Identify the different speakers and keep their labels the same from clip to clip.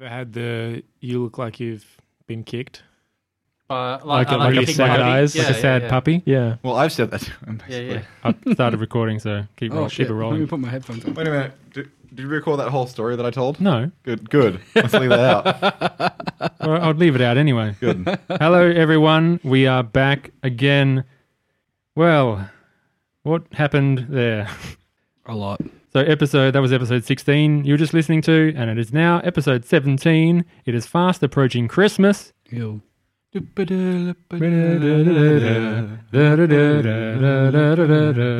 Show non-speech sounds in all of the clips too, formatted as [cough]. Speaker 1: Ever had the you look like you've been kicked?
Speaker 2: Uh,
Speaker 3: Like, a,
Speaker 2: I
Speaker 3: like,
Speaker 2: to
Speaker 3: a
Speaker 2: pick
Speaker 3: sad
Speaker 2: my-
Speaker 3: eyes,
Speaker 2: Yeah,
Speaker 3: like a
Speaker 2: yeah,
Speaker 3: sad
Speaker 2: yeah.
Speaker 3: puppy.
Speaker 1: Yeah.
Speaker 4: Well, I've said [laughs] that.
Speaker 2: Yeah, yeah.
Speaker 3: I started recording, so keep roll, keep it
Speaker 5: Let me
Speaker 3: rolling.
Speaker 5: put my headphones on.
Speaker 4: Wait a minute. Did, did you recall that whole story that I told?
Speaker 3: No,
Speaker 4: Good, good. Let's leave that out.
Speaker 3: well, I'd leave it out anyway.
Speaker 4: Good.
Speaker 3: Hello, everyone. We are back again. Well, what happened there?
Speaker 5: A lot.
Speaker 3: So, episode that was episode 16 you were just listening to, and it is now episode 17. It is fast approaching Christmas.
Speaker 5: Ew.
Speaker 3: What's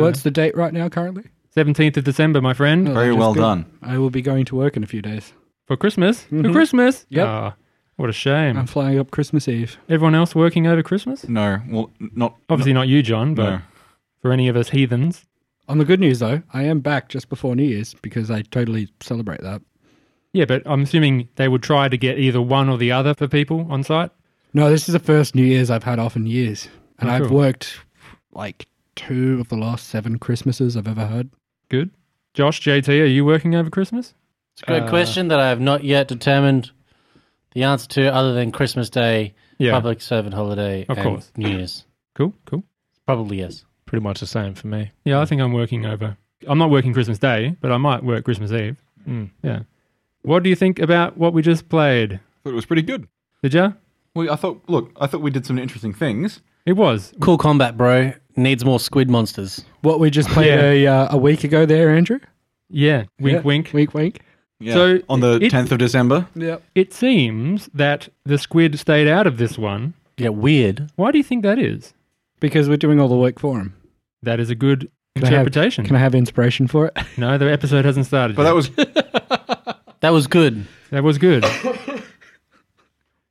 Speaker 5: What's the date right now currently?
Speaker 3: 17th of December, my friend?
Speaker 5: Oh,
Speaker 4: Very
Speaker 5: just
Speaker 4: well
Speaker 5: good.
Speaker 4: done.
Speaker 5: I will be going to work in a few days.
Speaker 3: For Christmas? For
Speaker 5: Mhm.
Speaker 3: Christmas?
Speaker 5: Yep.
Speaker 3: Ah, what a shame.
Speaker 5: I'm flying up Christmas Eve.
Speaker 3: Everyone else working over Christmas?
Speaker 4: No, well, n- not.
Speaker 3: Obviously not you, John, but
Speaker 4: No.
Speaker 3: for any of us heathens.
Speaker 5: On the good news though, I am back just before New Year's because I totally celebrate that.
Speaker 3: Yeah, but I'm assuming they would try to get either one or the other for people on site.
Speaker 5: No, this is the first New Year's I've had off in years, and
Speaker 3: Oh,
Speaker 5: I've
Speaker 3: cool.
Speaker 5: worked like two of the last seven Christmases I've ever had.
Speaker 3: Good. Josh, JT, are you working over Christmas?
Speaker 2: It's a great
Speaker 3: Uh,
Speaker 2: question that I have not yet determined the answer to, other than Christmas Day,
Speaker 3: Yeah.
Speaker 2: public servant holiday,
Speaker 3: Of
Speaker 2: and
Speaker 3: course.
Speaker 2: New Year's.
Speaker 3: Cool, cool.
Speaker 2: Probably yes.
Speaker 1: Pretty much the same for me.
Speaker 3: Yeah, I think I'm working over. I'm not working Christmas Day, but I might work Christmas Eve.
Speaker 1: Mm.
Speaker 3: Yeah. What do you think about what we just played?
Speaker 4: But it was pretty good.
Speaker 3: Did ya?
Speaker 4: We, I thought. Look, I thought we did some interesting things.
Speaker 3: It was.
Speaker 2: Cool combat, bro. Needs more squid monsters.
Speaker 5: What
Speaker 3: [laughs]
Speaker 5: we just played a uh, a week ago there, Andrew.
Speaker 3: Yeah. Wink,
Speaker 5: Yeah.
Speaker 3: wink.
Speaker 5: Wink, wink.
Speaker 4: Yeah.
Speaker 3: So,
Speaker 4: on the
Speaker 3: it-
Speaker 4: 10th of December.
Speaker 5: Yep.
Speaker 3: It seems that the squid stayed out of this one.
Speaker 2: Yeah, weird.
Speaker 3: Why do you think that is?
Speaker 5: Because we're doing all the work for him.
Speaker 3: That is a good
Speaker 5: I have-
Speaker 3: interpretation.
Speaker 5: Can I have inspiration for it?
Speaker 3: No, the episode hasn't started.
Speaker 4: But
Speaker 3: yet.
Speaker 4: that was
Speaker 2: That was good.
Speaker 3: That was good.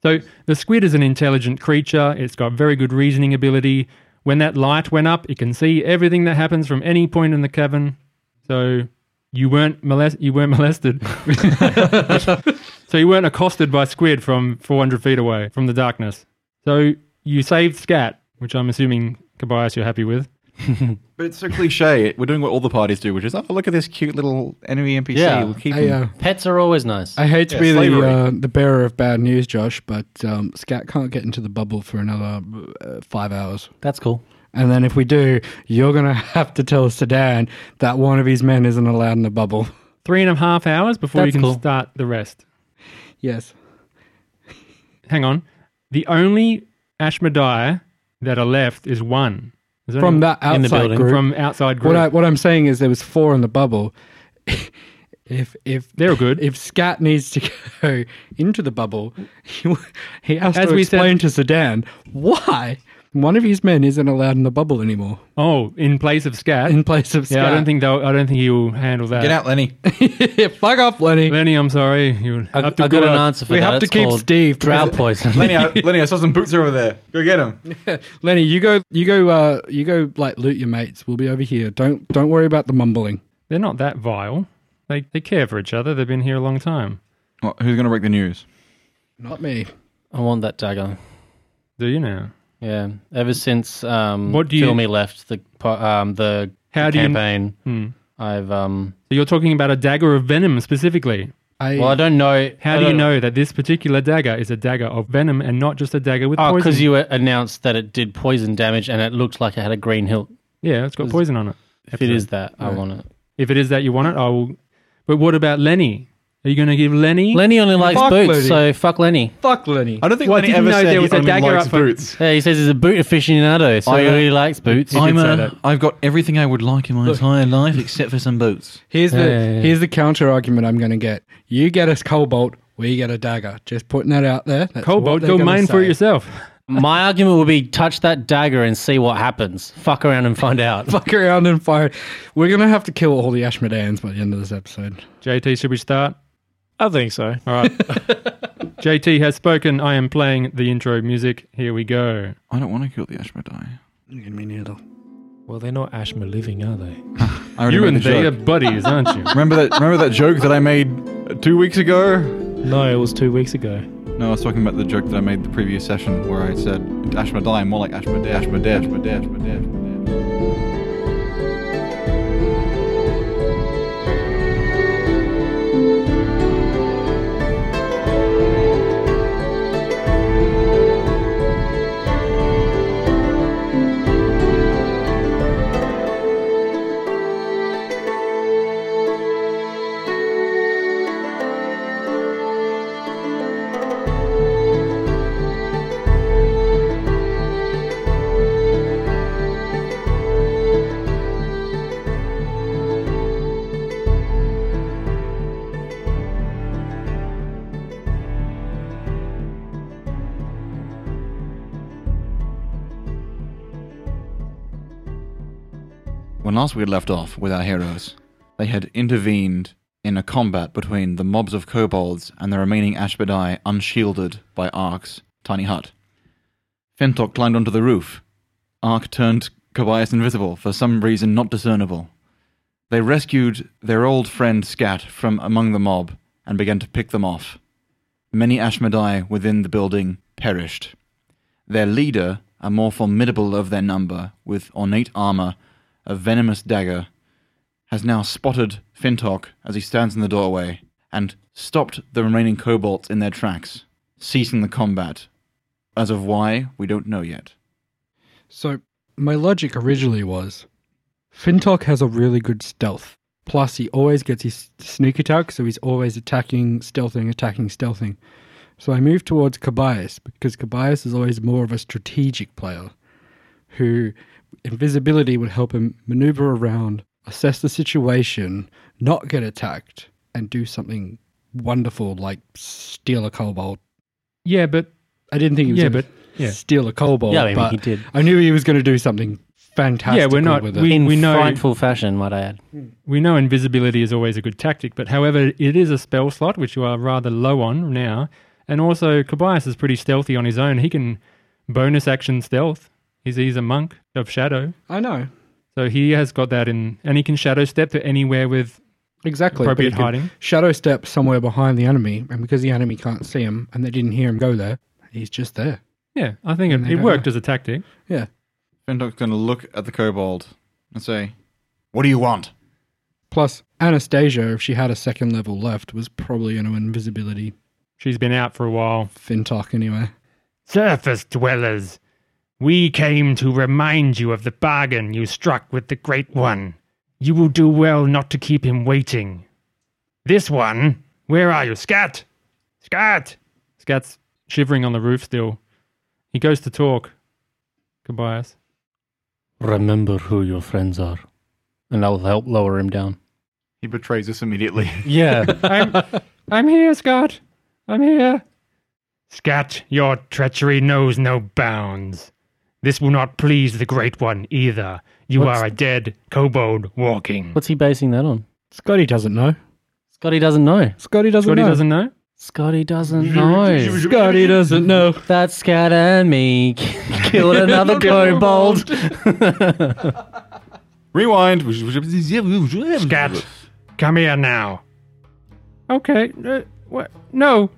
Speaker 3: so the squid is an intelligent creature. It's got very good reasoning ability. When that light went up, it can see everything that happens from any point in the cavern. So you weren't molest- you weren't molested. so you weren't accosted by squid from 400 feet away from the darkness. So you saved Scat, which I'm assuming Kobayas you're happy with.
Speaker 4: But it's so cliche. We're doing what all the parties do, which is, oh, look at this cute little enemy NPC.
Speaker 2: Yeah.
Speaker 4: We'll keep
Speaker 5: I,
Speaker 4: him.
Speaker 5: uh,
Speaker 2: Pets are always nice.
Speaker 5: I hate to
Speaker 4: Yeah,
Speaker 5: be the
Speaker 4: slavery.
Speaker 5: uh, the bearer of bad news, Josh, but um, Scat can't get into the bubble for another uh, five hours.
Speaker 2: That's cool.
Speaker 5: And then if we do, you're going to [laughs] have to tell Sedan that one of his men isn't allowed in the bubble. [laughs]
Speaker 3: Three and a half hours before you
Speaker 2: That's
Speaker 3: can
Speaker 2: cool.
Speaker 3: start the rest.
Speaker 5: Yes.
Speaker 3: hang on. The only Ashmadiah that are left is one. Is there
Speaker 5: From
Speaker 3: any-
Speaker 5: that
Speaker 2: In the
Speaker 5: outside
Speaker 2: building,
Speaker 5: group.
Speaker 3: from outside group.
Speaker 5: What, I, what I'm saying is there was four in the bubble. [laughs] if if
Speaker 3: They were good.
Speaker 5: if Scat needs to [laughs] go into the bubble, he, he has
Speaker 3: As
Speaker 5: to
Speaker 3: we said-
Speaker 5: explain to Sedan why one of his men isn't allowed in the bubble anymore
Speaker 3: oh, in place of Scat.
Speaker 5: in place of Scat.
Speaker 3: yeah, I don't think they'll, I don't think he'll handle that.
Speaker 4: Get out, Lenny.
Speaker 5: think. Fuck off, Lenny.
Speaker 3: Lenny. I'm sorry. You
Speaker 2: I, I
Speaker 3: have to
Speaker 2: got
Speaker 3: go
Speaker 2: an
Speaker 3: out.
Speaker 2: answer for
Speaker 5: we
Speaker 2: that.
Speaker 5: have to
Speaker 2: It's
Speaker 5: keep
Speaker 2: called
Speaker 5: Steve
Speaker 2: drought [laughs] poison.
Speaker 4: [laughs] Lenny, I, Lenny, I saw some boots over there. Go get him.
Speaker 5: Lenny, you go, you go, uh, you go. Like loot your mates. We'll be over here. Don't, don't worry about the mumbling.
Speaker 3: They're not that vile. They they care for each other. They've been here a long time.
Speaker 4: Well, who's going to break the news?
Speaker 5: Not me.
Speaker 2: I want that dagger.
Speaker 3: Do you now?
Speaker 2: Yeah. Ever since um,
Speaker 3: What do you-
Speaker 2: Filmy left the po- um, the,
Speaker 3: How
Speaker 2: the
Speaker 3: do you-
Speaker 2: campaign,
Speaker 3: Hmm.
Speaker 2: I've um.
Speaker 3: So you're talking about a dagger of venom specifically.
Speaker 5: I,
Speaker 2: Well, I don't know. Uh, I
Speaker 3: How do you
Speaker 2: don't-
Speaker 3: know that this particular dagger is a dagger of venom and not just a dagger with
Speaker 2: Oh,
Speaker 3: poison?
Speaker 2: because you uh, announced that it did poison damage, and it looked like it had a green hilt.
Speaker 3: yeah, it's got poison on it.
Speaker 2: If it is that, I want it.
Speaker 3: If it is that you want it, I will. But what about Lenny? Are you going to give Lenny?
Speaker 2: Lenny only likes
Speaker 5: Fuck
Speaker 2: boots,
Speaker 5: Lenny.
Speaker 2: so fuck Lenny.
Speaker 5: fuck Lenny.
Speaker 4: I don't think
Speaker 3: Well, I
Speaker 4: Lenny
Speaker 3: didn't
Speaker 4: ever
Speaker 3: know
Speaker 4: said
Speaker 3: there
Speaker 4: he
Speaker 3: was a
Speaker 4: only
Speaker 3: dagger
Speaker 4: likes
Speaker 3: up for-
Speaker 4: boots.
Speaker 2: Yeah, he says he's a boot aficionado, so
Speaker 4: I,
Speaker 2: he
Speaker 4: uh,
Speaker 2: really likes boots.
Speaker 3: He did say
Speaker 4: [laughs]
Speaker 3: that.
Speaker 4: I've got everything I would like in my entire life except for some boots.
Speaker 5: Here's the
Speaker 2: Yeah, yeah, yeah.
Speaker 5: here's the counter argument I'm going to get. You get a cobalt, we get a dagger. Just putting that out there. That's what
Speaker 3: Cobalt,
Speaker 5: they're
Speaker 3: go
Speaker 5: gonna
Speaker 3: mine for
Speaker 5: say.
Speaker 3: yourself.
Speaker 2: My argument would be touch that dagger and see what happens. Fuck around and find out. [laughs]
Speaker 5: [laughs] Fuck around and fire. We're going to have to kill all the Ashmedans by the end of this episode.
Speaker 3: JT, should we start?
Speaker 1: I think so.
Speaker 3: All right. JT has spoken. I am playing the intro music. Here we go.
Speaker 4: I don't want to kill the Ashmedai.
Speaker 5: Me neither.
Speaker 1: Well, they're not Ashma living, are they?
Speaker 4: I already
Speaker 3: You
Speaker 4: made
Speaker 3: and
Speaker 4: the
Speaker 3: they are
Speaker 4: joke.
Speaker 3: buddies, aren't
Speaker 5: [laughs]
Speaker 3: you?
Speaker 4: Remember that? Remember that joke that I made uh, two weeks ago?
Speaker 1: No, it was two weeks ago.
Speaker 4: No, I was talking about the joke that I made the previous session where I said Ashmedai, more like Ashmedai, Ashmedai, Ashmedai, Ashmedai. Ashmedai." When last we had left off with our heroes, they had intervened in a combat between the mobs of kobolds and the remaining Ashbadai unshielded by Ark's tiny hut. Fentok climbed onto the roof. Ark turned Kobayas invisible for some reason not discernible. They rescued their old friend Scat from among the mob and began to pick them off. Many Ashmedai within the building perished. Their leader, a more formidable of their number, with ornate armor, a venomous dagger, has now spotted Fintok as he stands in the doorway and stopped the remaining kobolds in their tracks, ceasing the combat. As of why, we don't know yet.
Speaker 5: So my logic originally was Fintok has a really good stealth. Plus, he always gets his sneak attack, so he's always attacking, stealthing, attacking, stealthing. So I moved towards Kobayas because Kobayas is always more of a strategic player who invisibility would help him maneuver around, assess the situation, not get attacked, and do something wonderful like steal a kobold.
Speaker 3: Yeah, but
Speaker 5: I didn't think he was
Speaker 3: Yeah,
Speaker 5: going to
Speaker 3: yeah.
Speaker 5: steal a kobold.
Speaker 2: Yeah, I mean,
Speaker 5: but
Speaker 2: he did.
Speaker 5: I knew he was going to do something fantastic.
Speaker 3: Yeah, we're not-
Speaker 5: With it.
Speaker 3: we-
Speaker 2: in
Speaker 3: know-
Speaker 2: frightful fashion, might I add.
Speaker 3: we know invisibility is always a good tactic, but however, it is a spell slot, which you are rather low on now. And also, Kobayas is pretty stealthy on his own. He can bonus action stealth. He's, he's a monk of shadow.
Speaker 5: I know
Speaker 3: So he has got that in, and he can shadow step to anywhere with
Speaker 5: exactly.
Speaker 3: Appropriate
Speaker 5: But he could
Speaker 3: hiding.
Speaker 5: Shadow step somewhere behind the enemy, and because the enemy can't see him and they didn't hear him go there, he's just there.
Speaker 3: Yeah, I think
Speaker 5: And
Speaker 3: it,
Speaker 5: they
Speaker 3: it
Speaker 5: don't
Speaker 3: worked as a tactic.
Speaker 5: Yeah,
Speaker 4: Fintok's going to look at the kobold and say, What do you want?
Speaker 5: Plus, Anastasia, if she had a second level left, was probably going to invisibility
Speaker 3: She's been out for a while.
Speaker 5: fintalk anyway.
Speaker 3: Surface dwellers, we came to remind you of the bargain you struck with the Great One. You will do well not to keep him waiting. This one, where are you? Scat! Scat! Scat's shivering on the roof still. He goes to talk. Kobayas.
Speaker 2: Remember who your friends are, and that will help lower him down.
Speaker 4: He betrays us immediately.
Speaker 2: Yeah,
Speaker 3: I'm, I'm here, Scott. I'm here. Scat, your treachery knows no bounds. This will not please the Great One either. You
Speaker 2: What's-
Speaker 3: are a dead kobold walking.
Speaker 2: what's he basing that on?
Speaker 5: Scotty doesn't know.
Speaker 2: Scotty doesn't know.
Speaker 5: Scotty doesn't know.
Speaker 3: know?
Speaker 2: Scotty doesn't know.
Speaker 5: Scotty doesn't know.
Speaker 2: That scat and me [laughs] killed another kobold.
Speaker 4: [laughs] Rewind. [laughs]
Speaker 3: Scat, come here now. Okay. Uh, what? No.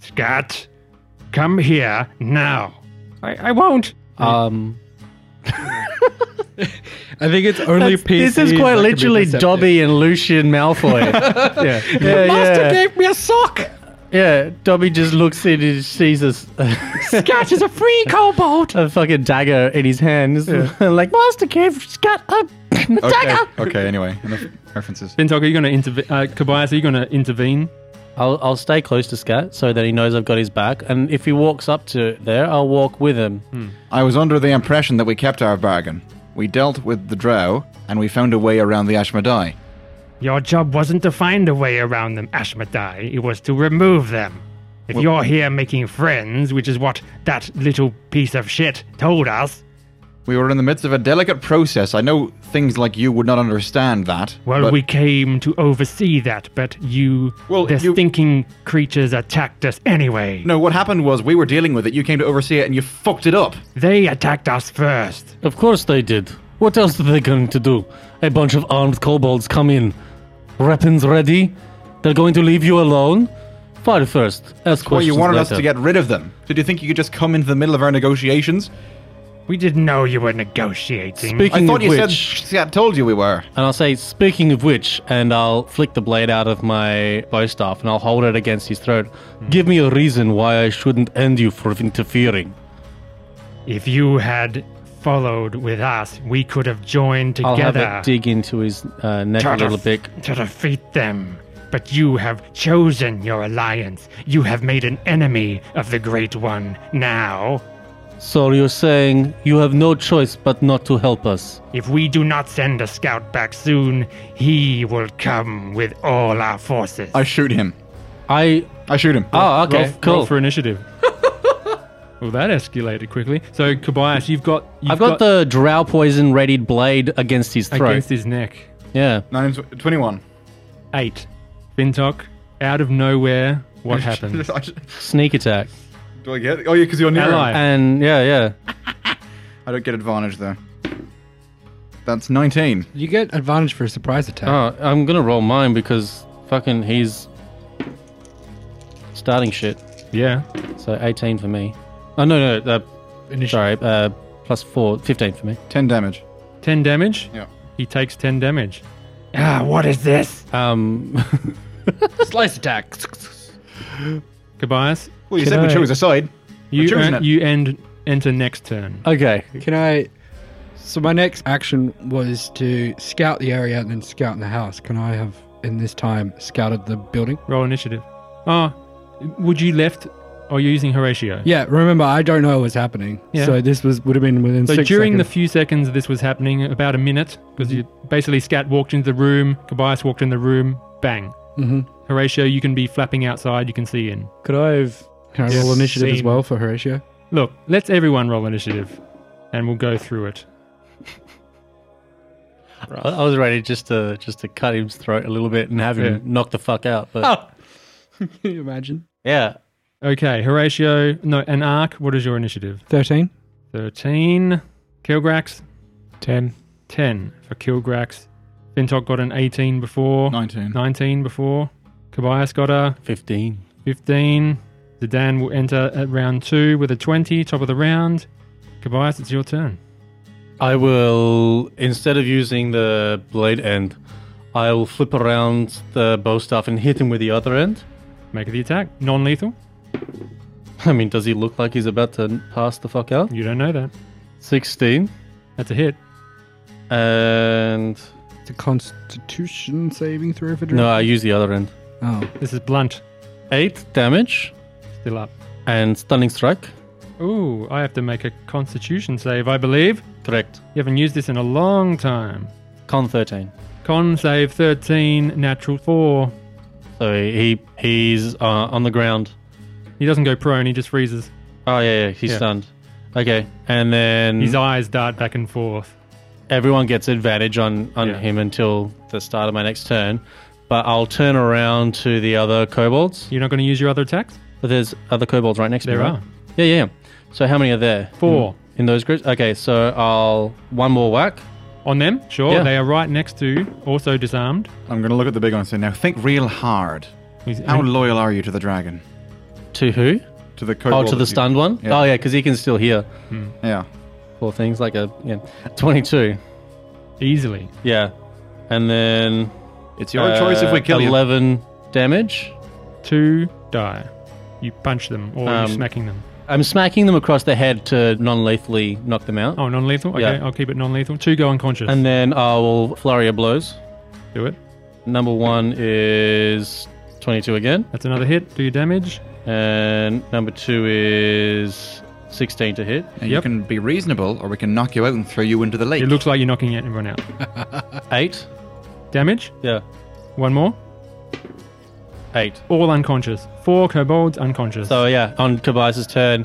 Speaker 3: Scat, come here now. I, I won't.
Speaker 2: [laughs] Um,
Speaker 5: I think it's only PC.
Speaker 2: this is quite
Speaker 5: that can be
Speaker 2: literally
Speaker 5: perceptive.
Speaker 2: Dobby and Lucian [laughs] Malfoy. yeah, yeah, yeah.
Speaker 5: gave me a sock.
Speaker 2: yeah. Dobby just looks in and sees a,
Speaker 3: Scat is a free
Speaker 2: [laughs]
Speaker 3: kobold.
Speaker 2: a fucking dagger in his hand, like Master gave Scat [laughs] a
Speaker 4: Okay,
Speaker 2: dagger.
Speaker 4: okay anyway, enough references.
Speaker 3: Bintok, are you going to intervene? Uh, Kobayas, are you going to intervene?
Speaker 2: I'll, I'll stay close to Scat so that he knows I've got his back, and if he walks up to there, I'll walk with him.
Speaker 4: I was under the impression that we kept our bargain. We dealt with the drow, and we found a way around the Ashmadai.
Speaker 6: Your job wasn't to find a way around them, Ashmadai. It was to remove them. If you're here making friends, which is what that little piece of shit told us,
Speaker 4: We were in the midst of a delicate process. I know things like you would not understand that.
Speaker 6: well,
Speaker 4: but
Speaker 6: we came to oversee that, but you,
Speaker 4: Well,
Speaker 6: the
Speaker 4: you-
Speaker 6: thinking creatures, attacked us anyway.
Speaker 4: No, what happened was we were dealing with it. You came to oversee it, and you fucked it up.
Speaker 6: They attacked us first.
Speaker 2: Of course they did. What else are they going to do? A bunch of armed kobolds come in. Weapons ready? They're going to leave you alone? Fight first. Ask
Speaker 4: Well,
Speaker 2: questions
Speaker 4: you wanted us
Speaker 2: later.
Speaker 4: to get rid of them. Did you think you could just come into the middle of our negotiations?
Speaker 6: We didn't know you were negotiating.
Speaker 2: Speaking
Speaker 4: I thought
Speaker 2: of
Speaker 4: you
Speaker 2: which,
Speaker 4: said Scat told you we were.
Speaker 2: and I'll say, speaking of which, and I'll flick the blade out of my bow staff and I'll hold it against his throat.
Speaker 3: Hmm.
Speaker 2: Give me a reason why I shouldn't end you for interfering.
Speaker 6: if you had followed with us, we could have joined
Speaker 2: I'll
Speaker 6: together.
Speaker 2: have it dig into his uh, neck a
Speaker 6: to
Speaker 2: little
Speaker 6: def-
Speaker 2: bit.
Speaker 6: To defeat them. But you have chosen your alliance. You have made an enemy of the Great One. Now,
Speaker 2: So you're saying you have no choice but not to help us.
Speaker 6: if we do not send a scout back soon, he will come with all our forces.
Speaker 4: I shoot him.
Speaker 2: I.
Speaker 4: I shoot him.
Speaker 2: Oh, okay.
Speaker 3: Roll
Speaker 2: [laughs] cool.
Speaker 3: for initiative. Well, that escalated quickly. So, Kobayas, you've got. You've
Speaker 2: I've got, the drow poison readied blade against his throat.
Speaker 3: Against his neck.
Speaker 2: yeah.
Speaker 4: Nine, tw- 21.
Speaker 3: Eight. Fintok, out of nowhere,
Speaker 2: [laughs]
Speaker 3: what happens?
Speaker 4: [laughs] I should-
Speaker 2: Sneak attack.
Speaker 4: Do I get it? Oh, yeah, because you're near. him.
Speaker 3: Ally.
Speaker 2: And yeah, yeah.
Speaker 4: I don't get advantage, though. That's 19.
Speaker 5: You get advantage for a surprise attack.
Speaker 2: Oh, I'm gonna roll mine because fucking he's starting shit.
Speaker 3: yeah.
Speaker 2: So 18 for me. Oh no no, uh, sorry, uh, plus four, 15 for me.
Speaker 4: 10 damage.
Speaker 3: 10 damage?
Speaker 4: Yeah.
Speaker 3: He takes 10 damage.
Speaker 6: Ah, what is this?
Speaker 2: Um, [laughs]
Speaker 5: Slice attack.
Speaker 3: Kobayas,
Speaker 4: Well, you
Speaker 1: Can
Speaker 4: said we
Speaker 1: I-
Speaker 4: chose a side.
Speaker 3: you,
Speaker 4: Sure, isn't
Speaker 3: earn-
Speaker 4: it?
Speaker 3: you end, enter next turn.
Speaker 2: okay,
Speaker 5: Can I? So my next action was to scout the area and then scout in the house. Can I have, in this time, scouted the building?
Speaker 3: Roll initiative. Ah, would you left or you're using Horatio?
Speaker 5: Yeah. Remember, I don't know what was happening.
Speaker 3: Yeah.
Speaker 5: So this was would have been within.
Speaker 3: So
Speaker 5: six
Speaker 3: during the
Speaker 5: seconds.
Speaker 3: few seconds this was happening, about a minute, because you basically Scat walked into the room, Kobayas walked in the room, bang.
Speaker 5: Mhm.
Speaker 3: Horatio, you can be flapping outside, you can see in.
Speaker 1: Could I have?
Speaker 5: Can I roll
Speaker 1: Yes.
Speaker 5: initiative as
Speaker 1: Same.
Speaker 5: well for Horatio?
Speaker 3: Look, let's everyone roll initiative, and we'll go through it.
Speaker 2: I, I was ready just to just to cut his throat a little bit and have him
Speaker 3: Yeah.
Speaker 2: knock the fuck out. But
Speaker 5: [laughs] Can you imagine?
Speaker 2: yeah,
Speaker 3: Okay, Horatio, no, and Ark, what is your initiative?
Speaker 5: Thirteen.
Speaker 3: 13. Kilgrax,
Speaker 1: Ten.
Speaker 3: 10 for Kilgrax. Fintok got an 18 before,
Speaker 4: 19.
Speaker 3: 19 before. Kobayas got a
Speaker 2: 15.
Speaker 3: 15. Zidane will enter at round two with a 20, top of the round. Kobayas, it's your turn.
Speaker 2: I will instead of using the blade end, I will flip around the bow staff and hit him with the other end. [laughs]
Speaker 3: Make the attack. Non lethal?
Speaker 2: I mean, does he look like he's about to pass the fuck out?
Speaker 3: You don't know that.
Speaker 2: 16
Speaker 3: That's a hit.
Speaker 2: and
Speaker 5: It's a Constitution saving throw for
Speaker 2: no, I use the other end.
Speaker 5: Oh,
Speaker 3: This is blunt.
Speaker 2: 8 damage
Speaker 3: Still up.
Speaker 2: and stunning strike.
Speaker 3: Ooh, I have to make a constitution save, I believe.
Speaker 2: Correct.
Speaker 3: You haven't used this in a long time.
Speaker 2: Con 13.
Speaker 3: Con save 13, natural 4.
Speaker 2: So he he's uh, on the ground.
Speaker 3: He doesn't go prone, he just freezes.
Speaker 2: Oh yeah, yeah he's
Speaker 3: Yeah.
Speaker 2: stunned. Okay, and then
Speaker 3: His eyes dart back and forth.
Speaker 2: everyone gets advantage on on
Speaker 3: Yeah.
Speaker 2: him until the start of my next turn. But I'll turn around to the other kobolds.
Speaker 3: You're not going to use your other attacks?
Speaker 2: But there's other kobolds right next to
Speaker 3: There
Speaker 2: me. right?
Speaker 3: are.
Speaker 2: Yeah, yeah. yeah. So how many are there?
Speaker 3: Four.
Speaker 2: in those groups. Okay, so I'll one more whack.
Speaker 3: On them? Sure.
Speaker 2: Yeah.
Speaker 3: They are right next to, also disarmed.
Speaker 4: I'm going to look at the big one and say, now think real hard.
Speaker 3: He's-
Speaker 4: How loyal are you to the dragon?
Speaker 2: To who?
Speaker 4: To the
Speaker 2: Oh,
Speaker 4: kobold
Speaker 2: to the
Speaker 4: that you-
Speaker 2: stunned one.
Speaker 4: Yeah.
Speaker 2: Oh yeah, because he can still hear
Speaker 4: Yeah.
Speaker 2: poor things like a yeah, twenty two.
Speaker 3: Easily.
Speaker 2: Yeah, and then
Speaker 4: It's your choice if
Speaker 2: uh,
Speaker 4: we kill you.
Speaker 2: eleven damage.
Speaker 3: Two die. You punch them or
Speaker 2: Um,
Speaker 3: you're smacking them.
Speaker 2: I'm smacking them across the head to non-lethally knock them out,
Speaker 3: Oh, non lethal? Okay,
Speaker 2: yeah.
Speaker 3: I'll keep it non lethal. Two go unconscious.
Speaker 2: and then I will flurry of blows.
Speaker 3: Do it.
Speaker 2: Number one is twenty-two again,
Speaker 3: That's another hit. Do your damage.
Speaker 2: and number two is sixteen to hit,
Speaker 4: Now, You
Speaker 3: Yep.
Speaker 4: can be reasonable, or we can knock you out and throw you into the lake.
Speaker 3: It looks like you're knocking everyone out.
Speaker 2: eight.
Speaker 3: Damage.
Speaker 2: Yeah,
Speaker 3: One more.
Speaker 2: eight.
Speaker 3: All unconscious. Four kobolds unconscious.
Speaker 2: So yeah, on Kobayashi's turn,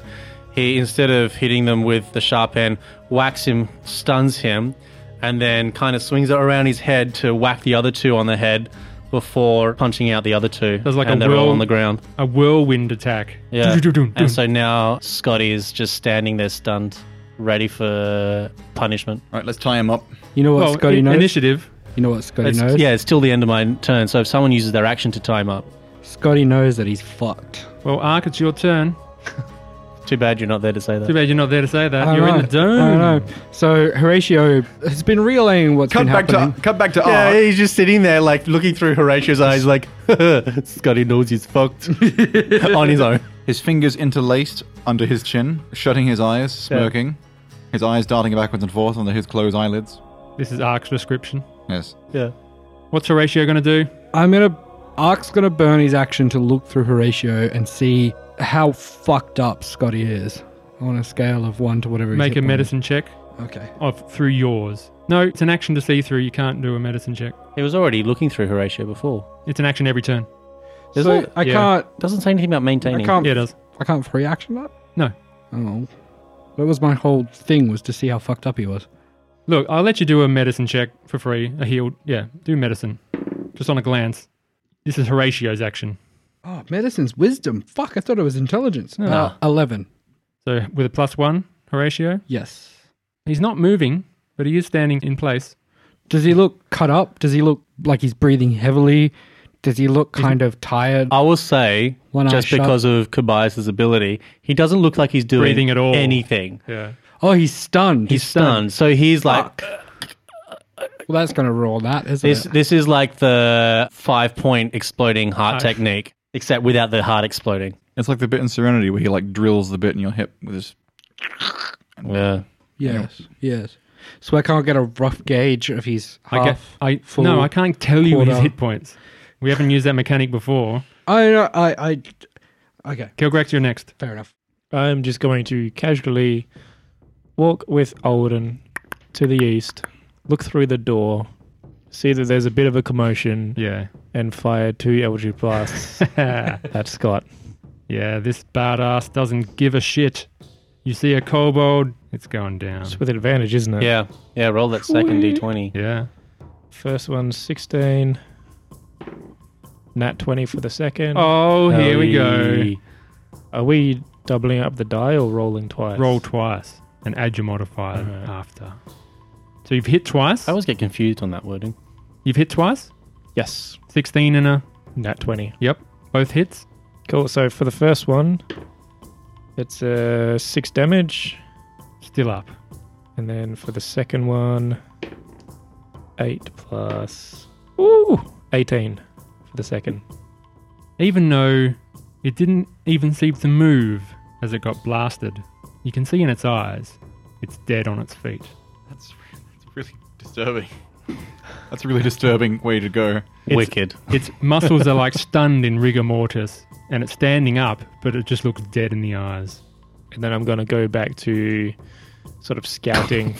Speaker 2: he instead of hitting them with the sharp end, whacks him, stuns him, and then kind of swings it around his head to whack the other two on the head before punching out the other two.
Speaker 3: Does like
Speaker 2: and
Speaker 3: a
Speaker 2: they're all
Speaker 3: whirl-
Speaker 2: on the ground.
Speaker 3: a whirlwind attack.
Speaker 2: Yeah.
Speaker 3: Doo-doo-doo-doo.
Speaker 2: and so now Scotty is just standing there stunned, ready for punishment.
Speaker 4: Right, let's tie him up.
Speaker 5: you know what
Speaker 3: Well,
Speaker 5: Scotty
Speaker 3: i-
Speaker 5: knows.
Speaker 3: initiative.
Speaker 5: you know what Scotty
Speaker 2: It's-
Speaker 5: knows.
Speaker 2: yeah, it's still the end of my turn. So if someone uses their action to time up,
Speaker 5: Scotty knows that he's fucked.
Speaker 3: Well, Ark, it's your turn.
Speaker 2: too bad you're not there to say that.
Speaker 3: Too bad you're not there to say that.
Speaker 5: I
Speaker 3: You're
Speaker 5: don't
Speaker 3: in the
Speaker 5: know.
Speaker 3: dome.
Speaker 5: I don't know. So Horatio has been relaying what's been happening.
Speaker 4: cut back to
Speaker 2: Yeah, he's just sitting there, like looking through Horatio's eyes, like [laughs] Scotty knows he's fucked on his own.
Speaker 4: His fingers interlaced under his chin, shutting his eyes, smirking. His eyes darting backwards and forth under his closed eyelids.
Speaker 3: This is Ark's description.
Speaker 4: Yes.
Speaker 2: Yeah,
Speaker 3: What's Horatio going to do?
Speaker 5: I'm gonna. Ark's gonna burn his action to look through Horatio and see how fucked up Scotty is on a scale of one to whatever. his
Speaker 3: Make a
Speaker 5: hit point is.
Speaker 3: medicine check
Speaker 5: Okay.
Speaker 3: of through yours. No, it's an action to see through. You can't do a medicine check.
Speaker 2: he was already looking through Horatio before.
Speaker 3: It's an action every turn.
Speaker 2: Is
Speaker 5: so
Speaker 2: it?
Speaker 5: I
Speaker 3: Yeah.
Speaker 5: can't.
Speaker 2: Doesn't say anything about maintaining.
Speaker 5: I can't.
Speaker 3: Yeah, it does.
Speaker 5: I can't free action that.
Speaker 3: No.
Speaker 5: Oh. That was my whole thing was to see how fucked up he was.
Speaker 3: Look, I'll let you do a medicine check for free. A healed. Yeah, do medicine. Just on a glance. This is Horatio's action.
Speaker 5: Oh, medicine's wisdom. Fuck, I thought it was intelligence.
Speaker 3: No.
Speaker 5: Uh, 11.
Speaker 3: So with a plus one, Horatio.
Speaker 5: Yes.
Speaker 3: He's not moving, but he is standing in place.
Speaker 5: Does he look cut up? Does he look like he's breathing heavily? Does he look kind of tired?
Speaker 2: I will say,
Speaker 5: One eye
Speaker 2: just
Speaker 5: shut.
Speaker 2: because of Kobayas's ability, he doesn't look like he's doing
Speaker 3: Breathing at all.
Speaker 2: anything.
Speaker 3: Yeah.
Speaker 5: Oh, he's stunned.
Speaker 2: He's stunned. So he's like,
Speaker 5: Well, that's going to roll that, isn't
Speaker 2: this,
Speaker 5: it?
Speaker 2: this is like the five point exploding heart technique, except without the heart exploding.
Speaker 4: It's like the bit in Serenity where he like drills the bit in your hip with his.
Speaker 2: Yeah.
Speaker 5: Yes. Yes. So I can't get a rough gauge if he's half.
Speaker 3: I get. I
Speaker 5: full,
Speaker 3: no, I can't tell you his
Speaker 5: quarter.
Speaker 3: hit points. We haven't used that mechanic before.
Speaker 5: I, I, I, okay,
Speaker 3: Kilgrax, you're next.
Speaker 5: fair enough.
Speaker 1: I'm just going to casually walk with Alden to the east, look through the door, see that there's a bit of a commotion,
Speaker 3: Yeah.
Speaker 1: and fire two LG [laughs] blasts at Scott.
Speaker 3: Yeah, this badass doesn't give a shit. You see a kobold, it's going down.
Speaker 1: It's with an advantage, isn't it?
Speaker 2: Yeah. Yeah. Roll that second d20.
Speaker 3: Yeah.
Speaker 1: First one's 16. Nat 20 for the second.
Speaker 3: Oh, here we go.
Speaker 1: Hey. Are we doubling up the die or rolling twice?
Speaker 3: Roll twice and add your modifier
Speaker 1: Alright.
Speaker 3: after. So you've hit twice.
Speaker 2: I always get confused on that wording.
Speaker 3: You've hit twice.
Speaker 1: Yes.
Speaker 3: Sixteen and a
Speaker 1: Nat 20.
Speaker 3: yep. Both hits.
Speaker 1: Cool. So for the first one, it's uh, 6 damage.
Speaker 3: Still up.
Speaker 1: And then for the second one, 8 plus. Ooh! 18 for the second.
Speaker 3: Even though it didn't even seem to move as it got blasted, you can see in its eyes it's dead on
Speaker 1: [laughs]
Speaker 3: its feet.
Speaker 4: That's, that's really disturbing. That's a really disturbing way to go.
Speaker 3: [laughs]
Speaker 2: Wicked.
Speaker 3: Its muscles are like stunned in rigor mortis, and it's standing up, but it just looks dead in the eyes.
Speaker 1: And then I'm going to go back to sort of scouting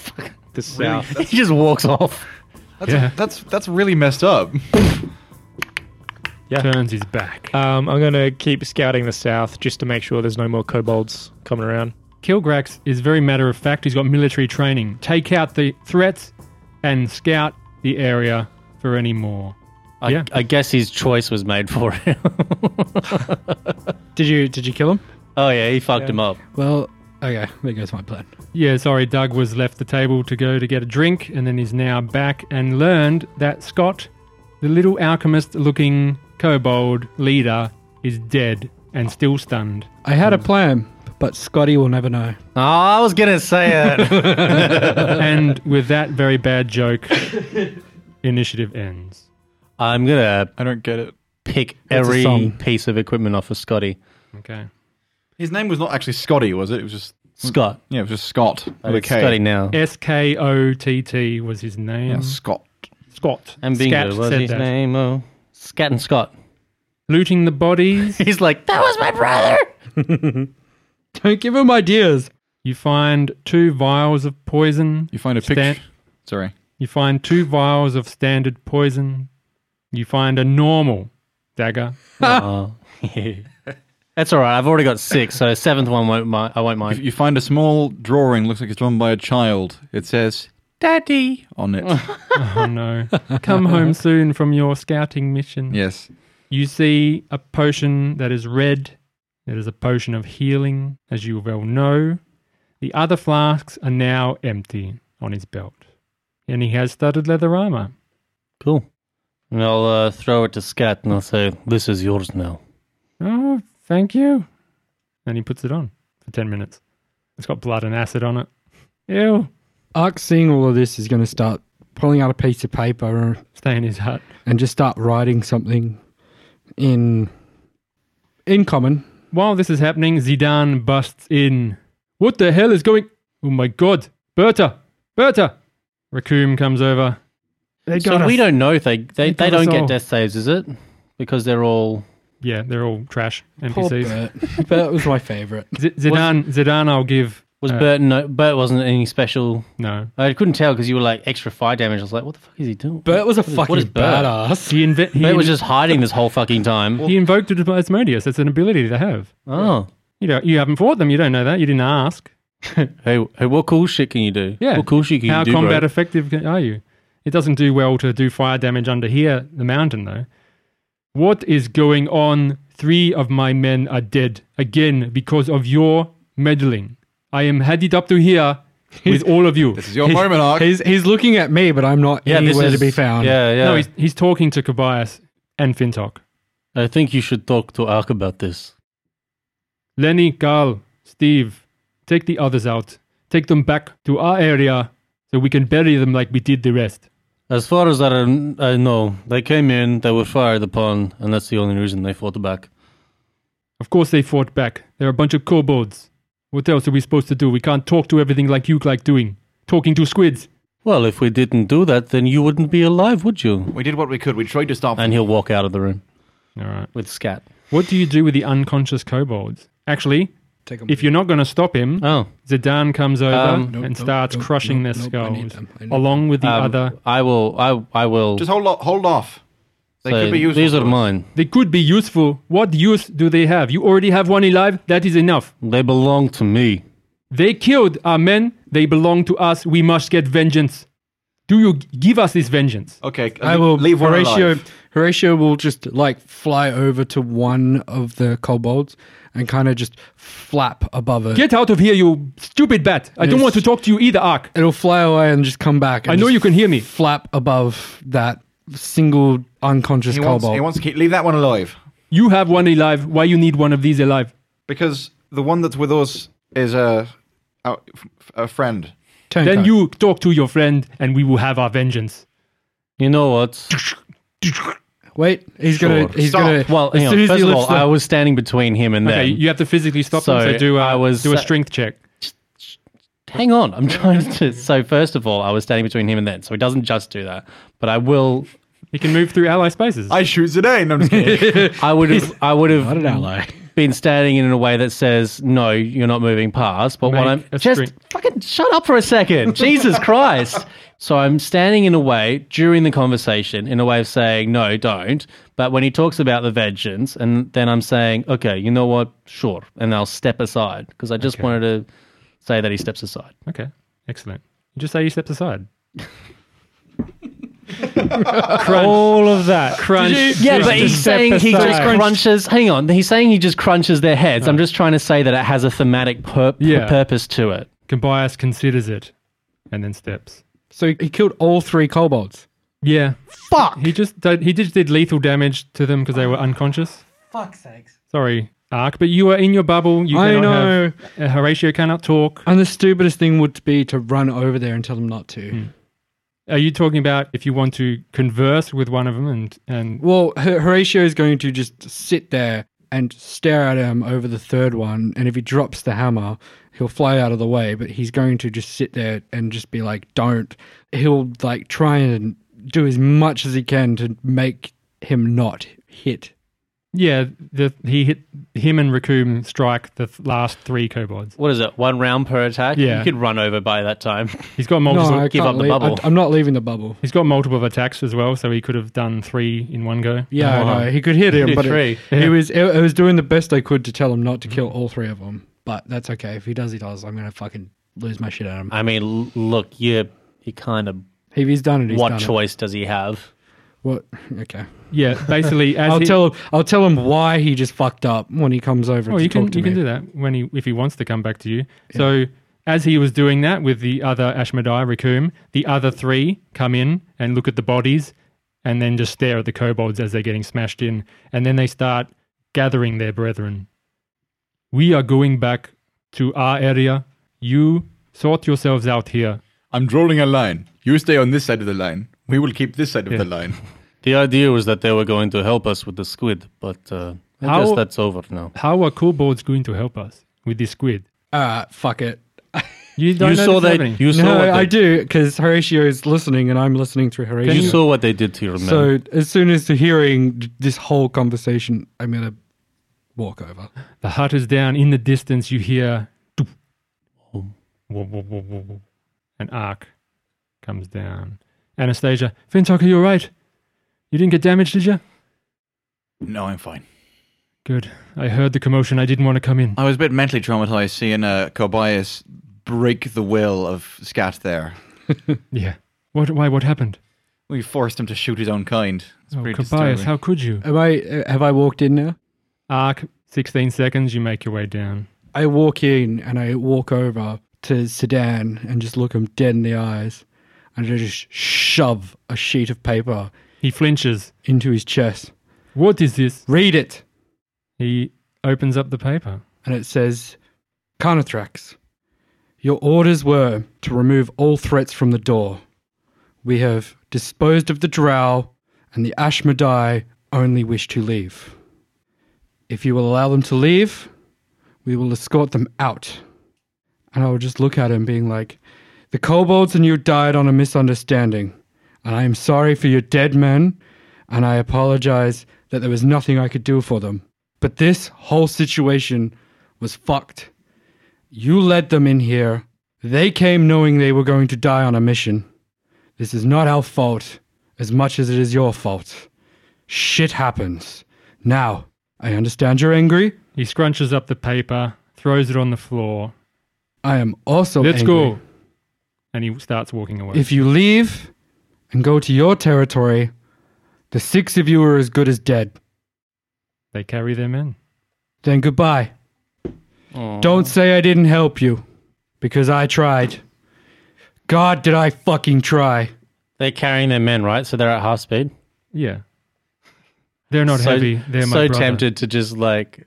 Speaker 1: the
Speaker 3: [laughs]
Speaker 1: south.
Speaker 2: he just walks off.
Speaker 4: That's,
Speaker 3: Yeah.
Speaker 4: that's that's really messed up.
Speaker 1: [laughs]
Speaker 4: [laughs]
Speaker 1: Yeah.
Speaker 3: Turns his back.
Speaker 1: Um, I'm going to keep scouting the south just to make sure there's no more kobolds coming around.
Speaker 3: Kilgrax is very matter of fact. He's got military training. Take out the threats and scout the area for any more.
Speaker 2: I,
Speaker 3: Yeah.
Speaker 2: I guess his choice was made for him. [laughs]
Speaker 5: Did you, did you kill him?
Speaker 2: oh, yeah. He fucked him up.
Speaker 5: Well, okay, there goes my plan.
Speaker 3: Yeah, sorry, Doug was left the table to go to get a drink and then is now back and learned that Scott, the little alchemist looking kobold leader, is dead and still stunned.
Speaker 5: I had a plan, but Scotty will never know.
Speaker 2: Oh, I was going to say
Speaker 3: [laughs]
Speaker 2: it.
Speaker 3: and with that very bad joke, [laughs] initiative ends.
Speaker 2: I'm going to
Speaker 4: I don't get it.
Speaker 2: pick
Speaker 5: That's a
Speaker 2: every
Speaker 5: song.
Speaker 2: piece of equipment off of Scotty.
Speaker 3: Okay.
Speaker 4: His name was not actually Scotty, was it? It was just
Speaker 2: Scott.
Speaker 4: yeah, it was just Scott. with a
Speaker 2: It's
Speaker 4: K.
Speaker 2: Scotty now.
Speaker 3: S K O T T was his name.
Speaker 4: Yeah, Scott.
Speaker 3: Scott.
Speaker 2: And Bingo
Speaker 3: Scat
Speaker 2: was
Speaker 3: said
Speaker 2: his
Speaker 3: that.
Speaker 2: name. Oh, Scat and Scott. [laughs]
Speaker 3: Looting the bodies.
Speaker 2: He's like, that was my brother.
Speaker 5: Don't [laughs] give him ideas.
Speaker 3: You find two vials of poison.
Speaker 4: You find a
Speaker 3: Stan-
Speaker 4: picture. Sorry.
Speaker 3: You find two vials of standard poison. You find a normal
Speaker 5: [laughs]
Speaker 3: dagger.
Speaker 2: Oh. [laughs] That's all right. I've already got six, so seventh one won't mind. I won't
Speaker 4: You,
Speaker 2: mind.
Speaker 4: you find a small drawing. Looks like it's drawn by a child. It says "Daddy" on it.
Speaker 3: Oh no. Come home soon from your scouting mission.
Speaker 4: [laughs] yes.
Speaker 3: You see a potion that is red. It is a potion of healing, as you well know. The other flasks are now empty on his belt. And he has studded leather armor.
Speaker 2: Cool. And I'll uh, throw it to Scat and I'll say, this is yours now.
Speaker 3: Oh, thank you. And he puts it on for 10 minutes. It's got blood and acid on it. Ew.
Speaker 5: Ark seeing all of this is going to start pulling out a piece of paper
Speaker 3: Stay in his hut.
Speaker 5: and just start writing something in in common.
Speaker 3: While this is happening, Zidane busts in. What the hell is going? Oh my god, Berta, Berta! Raccoon comes over.
Speaker 6: They
Speaker 2: So we don't know if they they,
Speaker 3: They
Speaker 2: they
Speaker 3: got us
Speaker 2: don't get
Speaker 3: all.
Speaker 2: death saves, is it? Because they're all
Speaker 3: Yeah, they're all trash
Speaker 5: Poor
Speaker 3: NPCs.
Speaker 5: Bert. [laughs] Bert was my favorite.
Speaker 3: Z- Zidane, Zidane, I'll give
Speaker 2: was
Speaker 3: Uh,
Speaker 2: Bert no Bert wasn't any special.
Speaker 3: no.
Speaker 2: I couldn't tell because you were like extra fire damage. I was like, what the fuck is he doing?
Speaker 5: Bert was a
Speaker 2: is- what
Speaker 5: fucking
Speaker 2: is Bert?
Speaker 5: badass.
Speaker 3: He, inve- he,
Speaker 2: Bert was
Speaker 3: in-
Speaker 2: just hiding this whole fucking time.
Speaker 3: he invoked it as Asmodeus. That's an ability they have.
Speaker 2: Oh,
Speaker 3: You don't, you haven't fought them. You don't know that. You didn't ask.
Speaker 2: Hey, hey, what cool shit can you do?
Speaker 3: Yeah.
Speaker 2: What cool shit can
Speaker 3: How
Speaker 2: you do?
Speaker 3: combat
Speaker 2: bro?
Speaker 3: effective ca- are you? It doesn't do well to do fire damage under here, the mountain, though. What is going on? Three of my men are dead again because of your meddling. I am headed up to
Speaker 2: [laughs]
Speaker 3: here with all of you.
Speaker 4: This is your moment, Ark.
Speaker 5: He's he's looking at me, but I'm not
Speaker 2: this
Speaker 5: anywhere to
Speaker 2: is-
Speaker 5: be found.
Speaker 2: Yeah, yeah.
Speaker 3: No, he's, he's talking to Kobayas and Fintok.
Speaker 2: I think you should talk to Ark about this.
Speaker 3: Lenny, Carl, Steve, take the others out. Take them back to our area so we can bury them like we did the rest.
Speaker 2: As far as I, I know, they came in, they were fired upon, and that's the only reason they fought back.
Speaker 3: Of course they fought back. They're a bunch of kobolds. What else are we supposed to do? We can't talk to everything like you like doing. Talking to squids.
Speaker 2: Well, if we didn't do that, then you wouldn't be alive, would you?
Speaker 4: We did what we could. We tried to stop
Speaker 2: And he'll walk out of the room
Speaker 3: All right.
Speaker 2: with scat.
Speaker 3: What do you do with the unconscious kobolds? Actually,
Speaker 5: Take 'em
Speaker 3: if
Speaker 5: with
Speaker 3: you're not going to stop him,
Speaker 2: Oh,
Speaker 3: Zidane comes over
Speaker 2: Um,
Speaker 5: Nope,
Speaker 3: and
Speaker 5: nope,
Speaker 3: starts
Speaker 5: nope,
Speaker 3: crushing
Speaker 5: nope,
Speaker 3: their
Speaker 5: nope, I need
Speaker 3: skulls
Speaker 5: them, I need
Speaker 3: along with the
Speaker 2: um,
Speaker 3: other.
Speaker 2: I will. I I will.
Speaker 4: Just hold off. Hold off. They
Speaker 2: say,
Speaker 4: could be useful.
Speaker 2: These
Speaker 4: to
Speaker 2: are
Speaker 4: us.
Speaker 2: mine.
Speaker 3: They could be useful. What use do they have? You already have one alive. That is enough.
Speaker 2: They belong to me.
Speaker 3: They killed our men. They belong to us. We must get vengeance. Do you g- give us this vengeance?
Speaker 4: Okay,
Speaker 5: I will
Speaker 4: leave one
Speaker 5: Horatio.
Speaker 4: alive.
Speaker 5: Horatio will just like fly over to one of the kobolds and kind of just flap above it.
Speaker 3: Get out of here, you stupid bat. I don't
Speaker 5: Yes.
Speaker 3: want to talk to you either, Ark.
Speaker 5: It'll fly away and just come back. and
Speaker 3: I know
Speaker 5: just
Speaker 3: you can hear me.
Speaker 5: flap above that single unconscious
Speaker 4: He
Speaker 5: kobold.
Speaker 4: wants, he wants to keep leave that one alive
Speaker 3: You have one alive. Why you need one of these alive?
Speaker 4: because the one that's with us is a a, a friend.
Speaker 5: Turncoat.
Speaker 3: Then you talk to your friend and we will have our vengeance.
Speaker 2: You know what?
Speaker 5: wait. He's gonna.
Speaker 2: Sure.
Speaker 5: He's
Speaker 4: Stop.
Speaker 5: gonna.
Speaker 2: Well,
Speaker 5: as
Speaker 2: hang
Speaker 5: soon
Speaker 2: on.
Speaker 5: as
Speaker 2: First
Speaker 5: he
Speaker 2: of
Speaker 5: lifts
Speaker 2: all,
Speaker 5: the-
Speaker 2: I was standing between him and
Speaker 3: Okay,
Speaker 2: them.
Speaker 3: you have to physically stop them.
Speaker 2: So,
Speaker 3: So do, uh,
Speaker 2: I was-
Speaker 3: do a strength check.
Speaker 2: Hang on, I'm trying to. So first of all, I was standing between him and them, so he doesn't just do that. But I will.
Speaker 3: He can move through ally spaces.
Speaker 4: I shoot Zidane. I'm just kidding.
Speaker 2: I would have. I would have.
Speaker 5: not an ally.
Speaker 2: been standing in a way that says, no, you're not moving past. But
Speaker 3: Make
Speaker 2: what I'm
Speaker 3: a
Speaker 2: just
Speaker 3: string.
Speaker 2: fucking shut up for a second. Jesus Christ. So I'm standing in a way during the conversation in a way of saying, no, don't. But when he talks about the vengeance, and then I'm saying, okay, you know what? Sure. And I'll step aside because I just
Speaker 3: Okay.
Speaker 2: wanted to say that he steps aside.
Speaker 3: okay, excellent. You just say you
Speaker 2: [laughs]
Speaker 3: stepped aside.
Speaker 6: All of that.
Speaker 3: Crunch.
Speaker 2: Yeah, but
Speaker 6: to
Speaker 2: he's
Speaker 6: step
Speaker 2: saying he just
Speaker 6: aside.
Speaker 2: crunches. Hang on, he's saying he just crunches their heads. I'm just trying to say that it has a thematic pur-
Speaker 3: Yeah.
Speaker 2: purpose to it.
Speaker 3: Combias considers it and then steps.
Speaker 5: So he killed all three kobolds.
Speaker 3: Yeah. Fuck. He just did, he just did lethal damage to them because they were unconscious. Fuck's sakes. Sorry, Ark, but you are in your bubble. You
Speaker 5: I
Speaker 3: cannot
Speaker 5: know.
Speaker 3: Have, uh, Horatio cannot talk.
Speaker 5: And the stupidest thing would be to run over there and tell them not to.
Speaker 2: Hmm.
Speaker 3: Are you talking about if you want to converse with one of them and and
Speaker 5: Well, H- Horatio is going to just sit there and stare at him over the third one. And if he drops the hammer, he'll fly out of the way. But he's going to just sit there and just be like, don't. He'll like try and do as much as he can to make him not hit.
Speaker 3: yeah, the, he hit him and Raccoon strike the th- last three kobolds.
Speaker 2: what is it? One round per attack.
Speaker 3: Yeah.
Speaker 2: you could run over by that time.
Speaker 3: He's got
Speaker 5: No,
Speaker 3: multiple.
Speaker 5: I
Speaker 2: give
Speaker 5: can't
Speaker 2: up the
Speaker 5: leave- I-
Speaker 2: bubble.
Speaker 5: I'm not leaving the bubble.
Speaker 3: He's got multiple attacks as well, so he could have done three in one go.
Speaker 5: Yeah,
Speaker 3: Oh,
Speaker 5: I know. He could
Speaker 3: [laughs]
Speaker 5: hit him,
Speaker 2: Do
Speaker 5: but it,
Speaker 2: three.
Speaker 5: it was it, it was doing the best I could to tell him not to kill
Speaker 3: Mm.
Speaker 5: all three of them. But that's okay. If he does, he does. I'm gonna fucking lose my shit at him.
Speaker 2: [laughs] I mean, l- look, you you kind of.
Speaker 5: If he's done it, he's
Speaker 2: What
Speaker 5: done it.
Speaker 2: choice does he have?
Speaker 5: What? Okay.
Speaker 3: yeah.
Speaker 5: [laughs]
Speaker 3: Basically, as
Speaker 5: I'll
Speaker 3: he,
Speaker 5: tell him. I'll tell him why he just fucked up when he comes over.
Speaker 3: Oh,
Speaker 5: to
Speaker 3: you can
Speaker 5: talk to
Speaker 3: you
Speaker 5: me.
Speaker 3: can do that when he if he wants to come back to you. So as he was doing that with the other Ashmedai Raccoon, the other three come in and look at the bodies, and then just stare at the kobolds as they're getting smashed in, and then they start gathering their brethren. We are going back to our area. You sort yourselves out here.
Speaker 7: [laughs] I'm drawing a line. You stay on this side of the line. We will keep this side of the line.
Speaker 2: The idea was that they were going to help us with the squid, but uh, I
Speaker 3: How-
Speaker 2: guess that's over now.
Speaker 3: How are kobolds going to help us with this squid?
Speaker 5: All right. Uh, Fuck it.
Speaker 3: You don't
Speaker 2: You
Speaker 3: know
Speaker 2: saw
Speaker 3: this
Speaker 2: they.
Speaker 3: happening.
Speaker 2: You saw.
Speaker 5: No,
Speaker 2: what they,
Speaker 5: I do because Horatio is listening and I'm listening through Horatio.
Speaker 2: You saw what they did to your men.
Speaker 5: so as soon as hearing this whole conversation, I'm gonna walk over.
Speaker 3: The hut is down. In the distance, you hear doop. Whoa, whoa, whoa, whoa, whoa. an arc comes down. Anastasia, Fintok, are you all right? You didn't get damaged, did you?
Speaker 7: No, I'm fine.
Speaker 3: Good. I heard the commotion. I didn't want to come in.
Speaker 4: I was a bit mentally traumatized seeing uh, Cobias break the will of Scat there.
Speaker 3: Yeah. What? Why? What happened?
Speaker 4: We forced him to shoot his own kind. It's
Speaker 3: oh,
Speaker 4: pretty
Speaker 3: Kobayas,
Speaker 4: disturbing.
Speaker 3: how could you?
Speaker 5: Am I? uh, Have I walked in now?
Speaker 3: Arc, 16 seconds, you make your way down.
Speaker 5: I walk in and I walk over to Sedan and just look him dead in the eyes, and I just shove a sheet of paper
Speaker 3: He flinches.
Speaker 5: into his chest.
Speaker 3: What is this?
Speaker 5: Read it,
Speaker 3: He opens up the paper.
Speaker 5: and it says, "Carnathrax, your orders were to remove all threats from the door. We have disposed of the Drow, and the Ashmedai only wish to leave. If you will allow them to leave, we will escort them out. And I would just look at him, being like, The kobolds and you died on a misunderstanding, and I am sorry for your dead men, and I apologize that there was nothing I could do for them. But this whole situation was fucked. You led them in here. They came knowing they were going to die on a mission. This is not our fault as much as it is your fault. Shit happens. Now, I understand you're angry.
Speaker 3: He scrunches up the paper, throws it on the floor.
Speaker 5: I am also
Speaker 3: Let's
Speaker 5: angry.
Speaker 3: go. And he starts walking away.
Speaker 5: If you leave and go to your territory, the six of you are as good as dead.
Speaker 3: they carry their men.
Speaker 5: Then goodbye. Don't say I didn't help you, because I tried. God, did I fucking try.
Speaker 2: They're carrying their men, right? So they're at half speed.
Speaker 3: Yeah. They're not
Speaker 2: so,
Speaker 3: heavy. They're my
Speaker 2: so
Speaker 3: brother.
Speaker 2: tempted to just like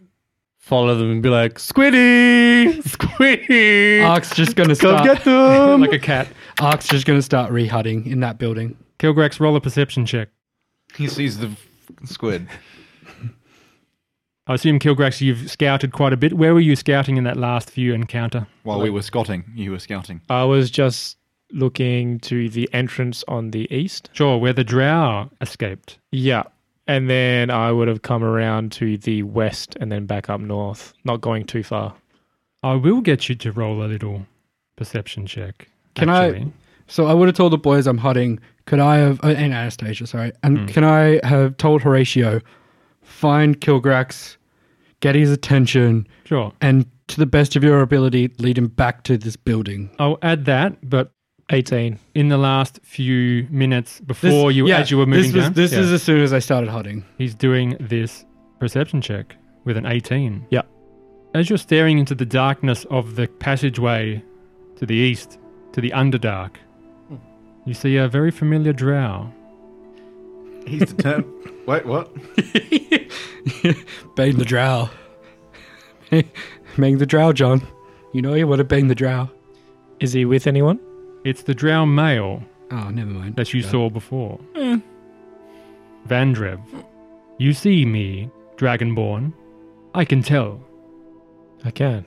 Speaker 2: follow them and be like, Squiddy, [laughs] Squiddy,
Speaker 5: Ark's just gonna
Speaker 2: come
Speaker 5: start.
Speaker 2: get [laughs] them.
Speaker 3: Like a cat.
Speaker 5: Ark's just gonna start rehutting in that building.
Speaker 3: Kilgrax, roll a perception check.
Speaker 4: He sees the f- squid.
Speaker 3: I assume, Kilgrax, you've scouted quite a bit. Where were you scouting in that last few encounter?
Speaker 4: While we were scotting, you were scouting.
Speaker 1: I was just looking to the entrance on the east.
Speaker 3: Sure, where the drow escaped.
Speaker 1: Yeah. And then I would have come around to the west and then back up north, not going too far.
Speaker 3: I will get you to roll a little perception check.
Speaker 5: Can I-
Speaker 3: actually.
Speaker 5: So I would have told the boys I'm hutting. Could I have uh, and Anastasia, sorry, and can I have told Horatio, find Kilgrax, get his attention,
Speaker 3: Sure.
Speaker 5: and to the best of your ability, lead him back to this building.
Speaker 3: I'll add that, but
Speaker 1: 18.
Speaker 3: in the last few minutes
Speaker 5: This-
Speaker 3: before you,
Speaker 5: yeah,
Speaker 3: as you were moving
Speaker 5: this was-
Speaker 3: down,
Speaker 5: This
Speaker 3: Yeah.
Speaker 5: is as soon as I started hutting.
Speaker 3: he's doing this perception check with an 18.
Speaker 1: Yeah.
Speaker 3: As you're staring into the darkness of the passageway to the east, to the underdark, you see a very familiar drow.
Speaker 7: He's the term. Wait, what?
Speaker 5: Bang the drow. bang the drow, John. You know you want to bang the drow.
Speaker 1: Is he with anyone?
Speaker 3: It's the drow male
Speaker 5: Oh, never mind.
Speaker 3: that you saw before. Vandrev, you see me, Dragonborn. I can tell.
Speaker 1: I can.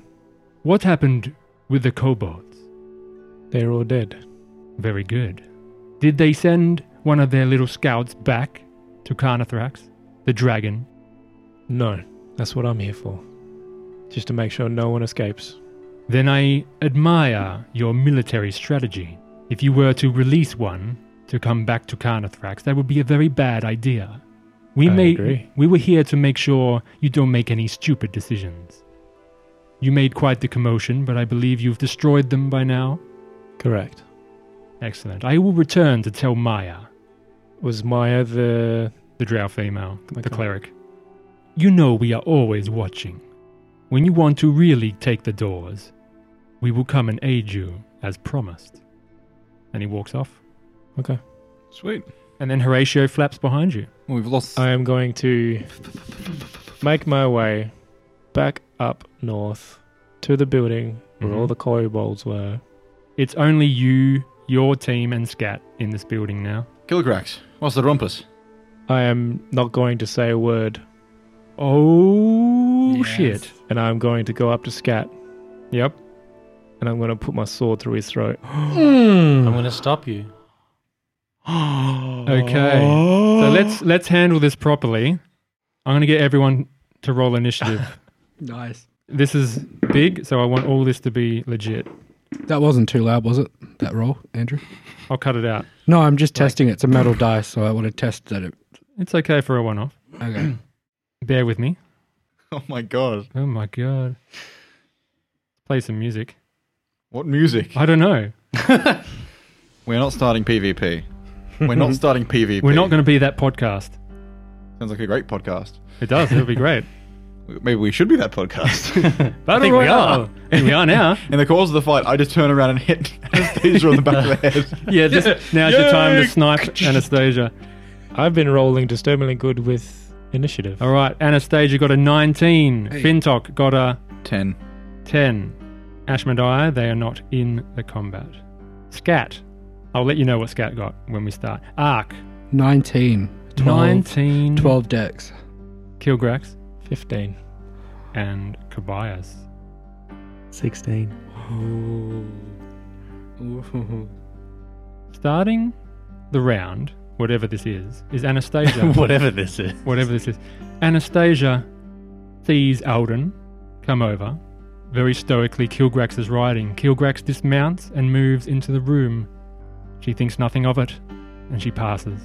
Speaker 3: What happened with the kobolds?
Speaker 1: They're all dead.
Speaker 3: Very good. Did they send one of their little scouts back to Carnathrax, the dragon?
Speaker 1: No. That's what I'm here for. Just to make sure no one escapes.
Speaker 3: Then I admire your military strategy. If you were to release one to come back to Carnathrax, that would be a very bad idea. We
Speaker 1: I
Speaker 3: made
Speaker 1: agree.
Speaker 3: we were here to make sure you don't make any stupid decisions. You made quite the commotion, but I believe you've destroyed them by now.
Speaker 1: Correct.
Speaker 3: Excellent. I will return to tell Maya
Speaker 1: Was Maya the.
Speaker 3: the drow female,
Speaker 1: Okay.
Speaker 3: the cleric. You know we are always watching. When you want to really take the doors, we will come and aid you as promised. And he walks off.
Speaker 1: Okay.
Speaker 4: Sweet.
Speaker 3: And then Horatio flaps behind you.
Speaker 4: Well, we've lost.
Speaker 1: I am going to make my way back up north to the building where all
Speaker 3: Mhm.
Speaker 1: the kobolds were.
Speaker 3: It's only you, your team, and Scat in this building now.
Speaker 4: Kilgrax, what's the rumpus?
Speaker 1: I am not going to say a word,
Speaker 3: Oh,
Speaker 5: Yes.
Speaker 3: shit.
Speaker 1: and I'm going to go up to Scat,
Speaker 3: Yep.
Speaker 1: and I'm going to put my sword through his throat.
Speaker 2: I'm going to stop you. [laughs]
Speaker 3: Okay. So let's let's handle this properly. I'm going to get everyone to roll initiative.
Speaker 5: Nice.
Speaker 3: this is big, so I want all this to be legit.
Speaker 5: That wasn't too loud, was it? That roll, Andrew?
Speaker 3: I'll cut it out.
Speaker 5: No, I'm just testing. it. It's a metal dice, so I want to test that it.
Speaker 3: It's okay for a one off.
Speaker 5: Okay. [clears throat]
Speaker 3: Bear with me.
Speaker 7: Oh my god.
Speaker 3: Oh my god. Play some music.
Speaker 7: What music?
Speaker 3: I don't know.
Speaker 7: We're not starting PvP. We're [laughs] not starting PvP.
Speaker 3: We're not going to be that podcast.
Speaker 7: Sounds like a great podcast.
Speaker 3: It does. It'll be [laughs] great.
Speaker 7: Maybe we should be that podcast. [laughs]
Speaker 3: Battle
Speaker 7: think we
Speaker 3: Royale. Here [laughs] we are now.
Speaker 7: In the course of the fight, I just turn around and hit [laughs] Anastasia on the back of the [laughs] head.
Speaker 3: Yeah, just, [laughs] now's your time to snipe Anastasia.
Speaker 1: I've been rolling disturbingly good with initiative.
Speaker 3: All right, Anastasia got a 19. Fintok got a
Speaker 4: 10.
Speaker 3: 10. Ashmadiah, they are not in the combat. Scat. I'll let you know what Scat got when we start. Ark.
Speaker 5: 19. 12,
Speaker 3: 19.
Speaker 5: 12 decks.
Speaker 3: Kilgrax.
Speaker 1: 15.
Speaker 3: And Kobayas.
Speaker 8: 16.
Speaker 3: Starting the round, whatever this is, is
Speaker 2: [laughs]
Speaker 3: Anastasia.
Speaker 2: Whatever this is.
Speaker 3: whatever this is. Anastasia sees Alden come over. Very stoically, Kilgrax is riding. Kilgrax dismounts and moves into the room. She thinks nothing of it, and she passes.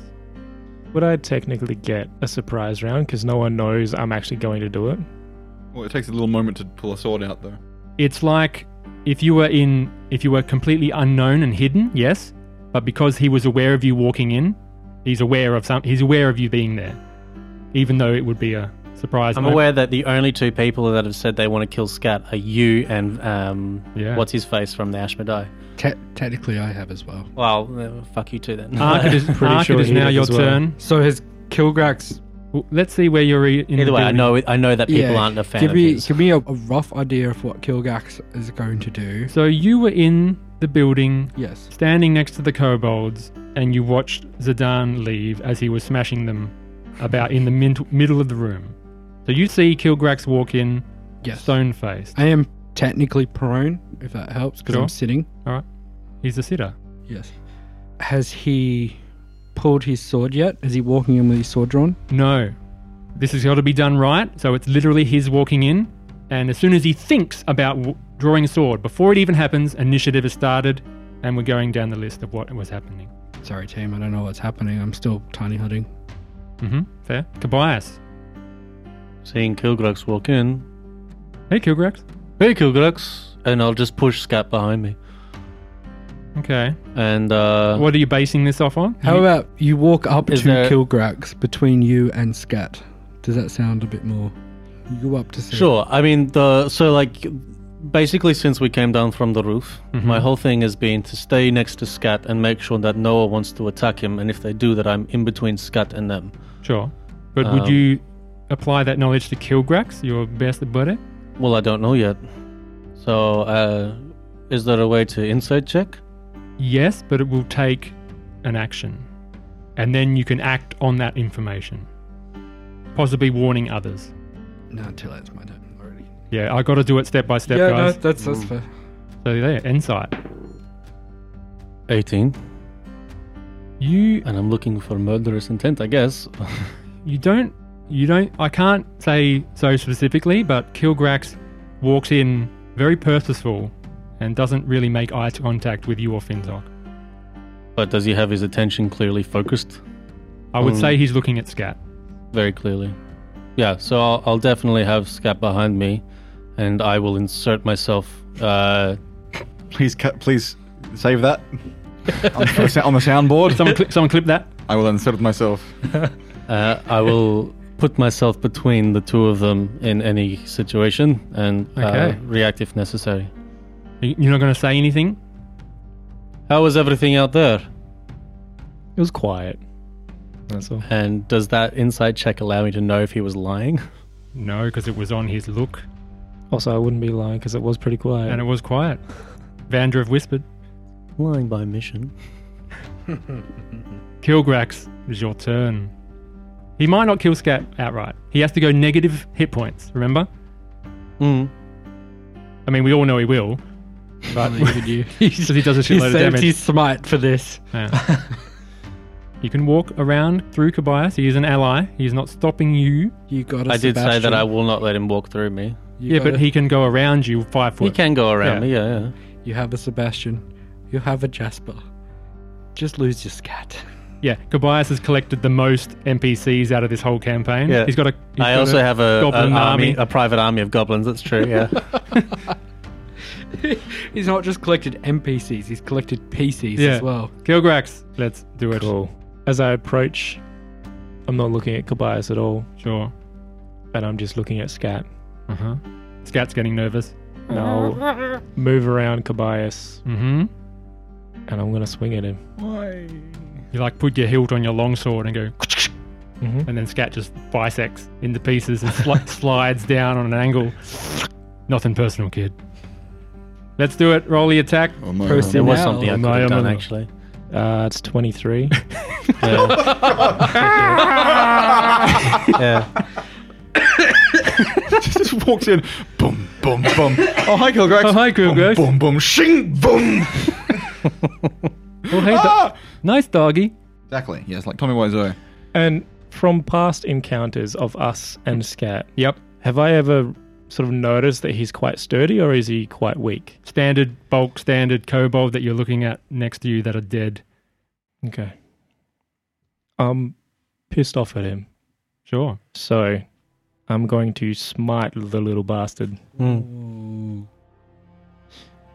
Speaker 1: Would I technically get a surprise round because no one knows I'm actually going to do it?
Speaker 7: Well, it takes a little moment to pull a sword out, though.
Speaker 3: It's like if you were in, if you were completely unknown and hidden, yes, but because he was aware of you walking in, he's aware of some, he's aware of you being there, even though it would be a surprise.
Speaker 2: I'm
Speaker 3: moment.
Speaker 2: aware that the only two people that have said they want to kill Scat are you and um,
Speaker 3: Yeah.
Speaker 2: what's his face from the Ashmedai.
Speaker 5: Te- technically, I have as well.
Speaker 2: Well, uh, fuck you too
Speaker 3: [laughs]
Speaker 2: then. [laughs]
Speaker 3: Ark, it is, Ark,
Speaker 1: sure
Speaker 3: it is
Speaker 1: he
Speaker 3: now
Speaker 1: did
Speaker 3: your
Speaker 1: as well.
Speaker 3: turn.
Speaker 5: So has Kilgrax.
Speaker 3: Well, let's see where you're e- in
Speaker 2: Either
Speaker 3: the
Speaker 2: way, I
Speaker 3: building.
Speaker 2: know I know that people
Speaker 5: yeah,
Speaker 2: aren't a fan
Speaker 5: give
Speaker 2: of
Speaker 5: me,
Speaker 2: his.
Speaker 5: Give me a, a rough idea of what Kilgrax is going to do.
Speaker 3: So you were in the building,
Speaker 5: Yes.
Speaker 3: standing next to the kobolds, and you watched Zidane leave as he was smashing them about in the min- middle of the room. So you see Kilgrax walk in,
Speaker 5: Yes.
Speaker 3: stone faced.
Speaker 5: I am technically prone, if that helps, because
Speaker 3: Sure.
Speaker 5: I'm sitting.
Speaker 3: He's a sitter.
Speaker 5: Yes. Has he pulled his sword yet? Is he walking in with his sword drawn?
Speaker 3: No, this has got to be done right. So it's literally his walking in, and as soon as he thinks about w- drawing a sword, before it even happens, initiative is started, and we're going down the list of what was happening.
Speaker 5: Sorry, team. I don't know what's happening. I'm still tiny hunting.
Speaker 3: hmm Fair. Kobayas.
Speaker 2: Seeing Kilgrax walk in.
Speaker 3: Hey, Kilgrax.
Speaker 2: Hey Kilgrax. And I'll just push Scat behind me.
Speaker 3: Okay.
Speaker 2: And uh
Speaker 3: What are you basing this off on?
Speaker 5: How about you walk up
Speaker 2: Is
Speaker 5: to
Speaker 2: there-
Speaker 5: Kilgrax between you and Scat? Does that sound a bit more? You go up to Scat.
Speaker 2: Sure. I mean, the so like basically since we came down from the roof,
Speaker 3: Mm-hmm.
Speaker 2: my whole thing has been to stay next to Scat and make sure that Noah wants to attack him, and if they do, that I'm in between Scat and them.
Speaker 3: Sure. But
Speaker 5: uh,
Speaker 3: would
Speaker 2: Um,
Speaker 3: you apply that knowledge to Kilgrax, your best buddy?
Speaker 2: Well, I don't know yet. So, uh, is there a way to insight check?
Speaker 3: Yes, but it will take an action. And then you can act on that information. Possibly warning others.
Speaker 5: No, until it's my turn already.
Speaker 3: Yeah, I got to do it step by step,
Speaker 5: yeah, no,
Speaker 3: guys.
Speaker 5: that's that's fair.
Speaker 3: So there, insight.
Speaker 2: 18.
Speaker 3: You
Speaker 2: And I'm looking for murderous intent, I guess.
Speaker 3: you don't you don't I can't say so specifically, but Kilgrax walks in very purposeful and doesn't really make eye contact with you or Fintok.
Speaker 2: but does he have his attention clearly focused?
Speaker 3: I would
Speaker 2: Mm.
Speaker 3: say he's looking at Scat.
Speaker 2: Very clearly. Yeah, so I'll, I'll definitely have Scat behind me, and I will insert myself. Uh,
Speaker 7: Please, ca- please save [laughs] that on, the, sa- on the [laughs] soundboard.
Speaker 3: Someone clip, someone clip that.
Speaker 7: I will insert myself.
Speaker 2: uh, I will [laughs] put myself between the two of them in any situation and uh,
Speaker 3: Okay.
Speaker 2: react if necessary.
Speaker 3: You- You're not going to say anything?
Speaker 2: How is everything out there?
Speaker 1: It was quiet. That's all.
Speaker 2: And does that insight check allow me to know if he was lying?
Speaker 3: No, because it was on his look
Speaker 1: Also, I wouldn't be lying because it was pretty quiet.
Speaker 3: and it was quiet. Vandrev whispered,
Speaker 2: Lying by mission.
Speaker 3: Kilgrax, it's your turn. He might not kill Scat outright. He has to go negative hit points, remember?
Speaker 2: Mm.
Speaker 3: I mean, we all know he will. But [laughs]
Speaker 5: [laughs]
Speaker 3: because he does a
Speaker 5: He
Speaker 3: shitload of
Speaker 5: saved
Speaker 3: damage.
Speaker 5: his smite for this.
Speaker 3: [laughs] Yeah. you can walk around through Kobayas. He is an ally. He is not stopping you.
Speaker 5: You got.
Speaker 2: I did say that I will not let him walk through me.
Speaker 5: You
Speaker 3: yeah,
Speaker 5: got
Speaker 3: but
Speaker 5: a-
Speaker 3: he can go around you five
Speaker 2: He
Speaker 3: foot.
Speaker 2: can go around
Speaker 3: Yeah.
Speaker 2: me, yeah, yeah.
Speaker 5: You have a Sebastian. You have a Jasper. Just lose your Scat. [laughs]
Speaker 3: yeah, Kobayas has collected the most NPCs out of this whole campaign.
Speaker 2: Yeah.
Speaker 3: He's got a. he's
Speaker 2: I
Speaker 3: got
Speaker 2: also have a,
Speaker 3: goblin
Speaker 2: an army,
Speaker 3: army.
Speaker 2: a private army of goblins. That's true. Yeah.
Speaker 5: he's not just collected NPCs, he's collected PCs
Speaker 3: Yeah.
Speaker 5: as well.
Speaker 3: Kilgrax. Let's do it.
Speaker 1: Cool. As I approach, I'm not looking at Kobayas at all,
Speaker 3: Sure.
Speaker 1: and I'm just looking at Scat.
Speaker 3: Uh huh. Scout's getting nervous.
Speaker 1: And I'll move around Kobayas,
Speaker 3: Mm
Speaker 1: and I'm gonna swing at him.
Speaker 3: hmm. You like put your hilt on your longsword and go,
Speaker 1: Mhm.
Speaker 3: and then Scat just bisects into pieces and sli- [laughs] slides down on an angle. Nothing personal, kid. Let's do it. Roll the attack.
Speaker 4: Oh my
Speaker 5: Proceed.
Speaker 2: There was
Speaker 5: Now-
Speaker 2: something I could
Speaker 1: No,
Speaker 2: have
Speaker 1: I'm
Speaker 2: done
Speaker 1: not.
Speaker 2: actually.
Speaker 1: Uh, it's 23.
Speaker 2: Yeah. yeah.
Speaker 4: just walks in. Boom,
Speaker 7: [laughs]
Speaker 4: boom, boom. Oh, hi, Kilgrax.
Speaker 3: Oh, hi, Kilgrax.
Speaker 4: Boom, boom, boom. Shing, boom.
Speaker 3: Oh, hey, do-
Speaker 4: Ah!
Speaker 3: nice doggy.
Speaker 9: Exactly. Yes, like Tommy Wiseau.
Speaker 1: and from past encounters of us and Scat,
Speaker 3: Yep.
Speaker 1: have I ever sort of noticed that he's quite sturdy or is he quite weak?
Speaker 3: Standard bulk, standard kobold that you're looking at next to you that are dead.
Speaker 1: Okay. I'm pissed off at him.
Speaker 3: Sure.
Speaker 1: So I'm going to smite the little bastard.
Speaker 2: Mm.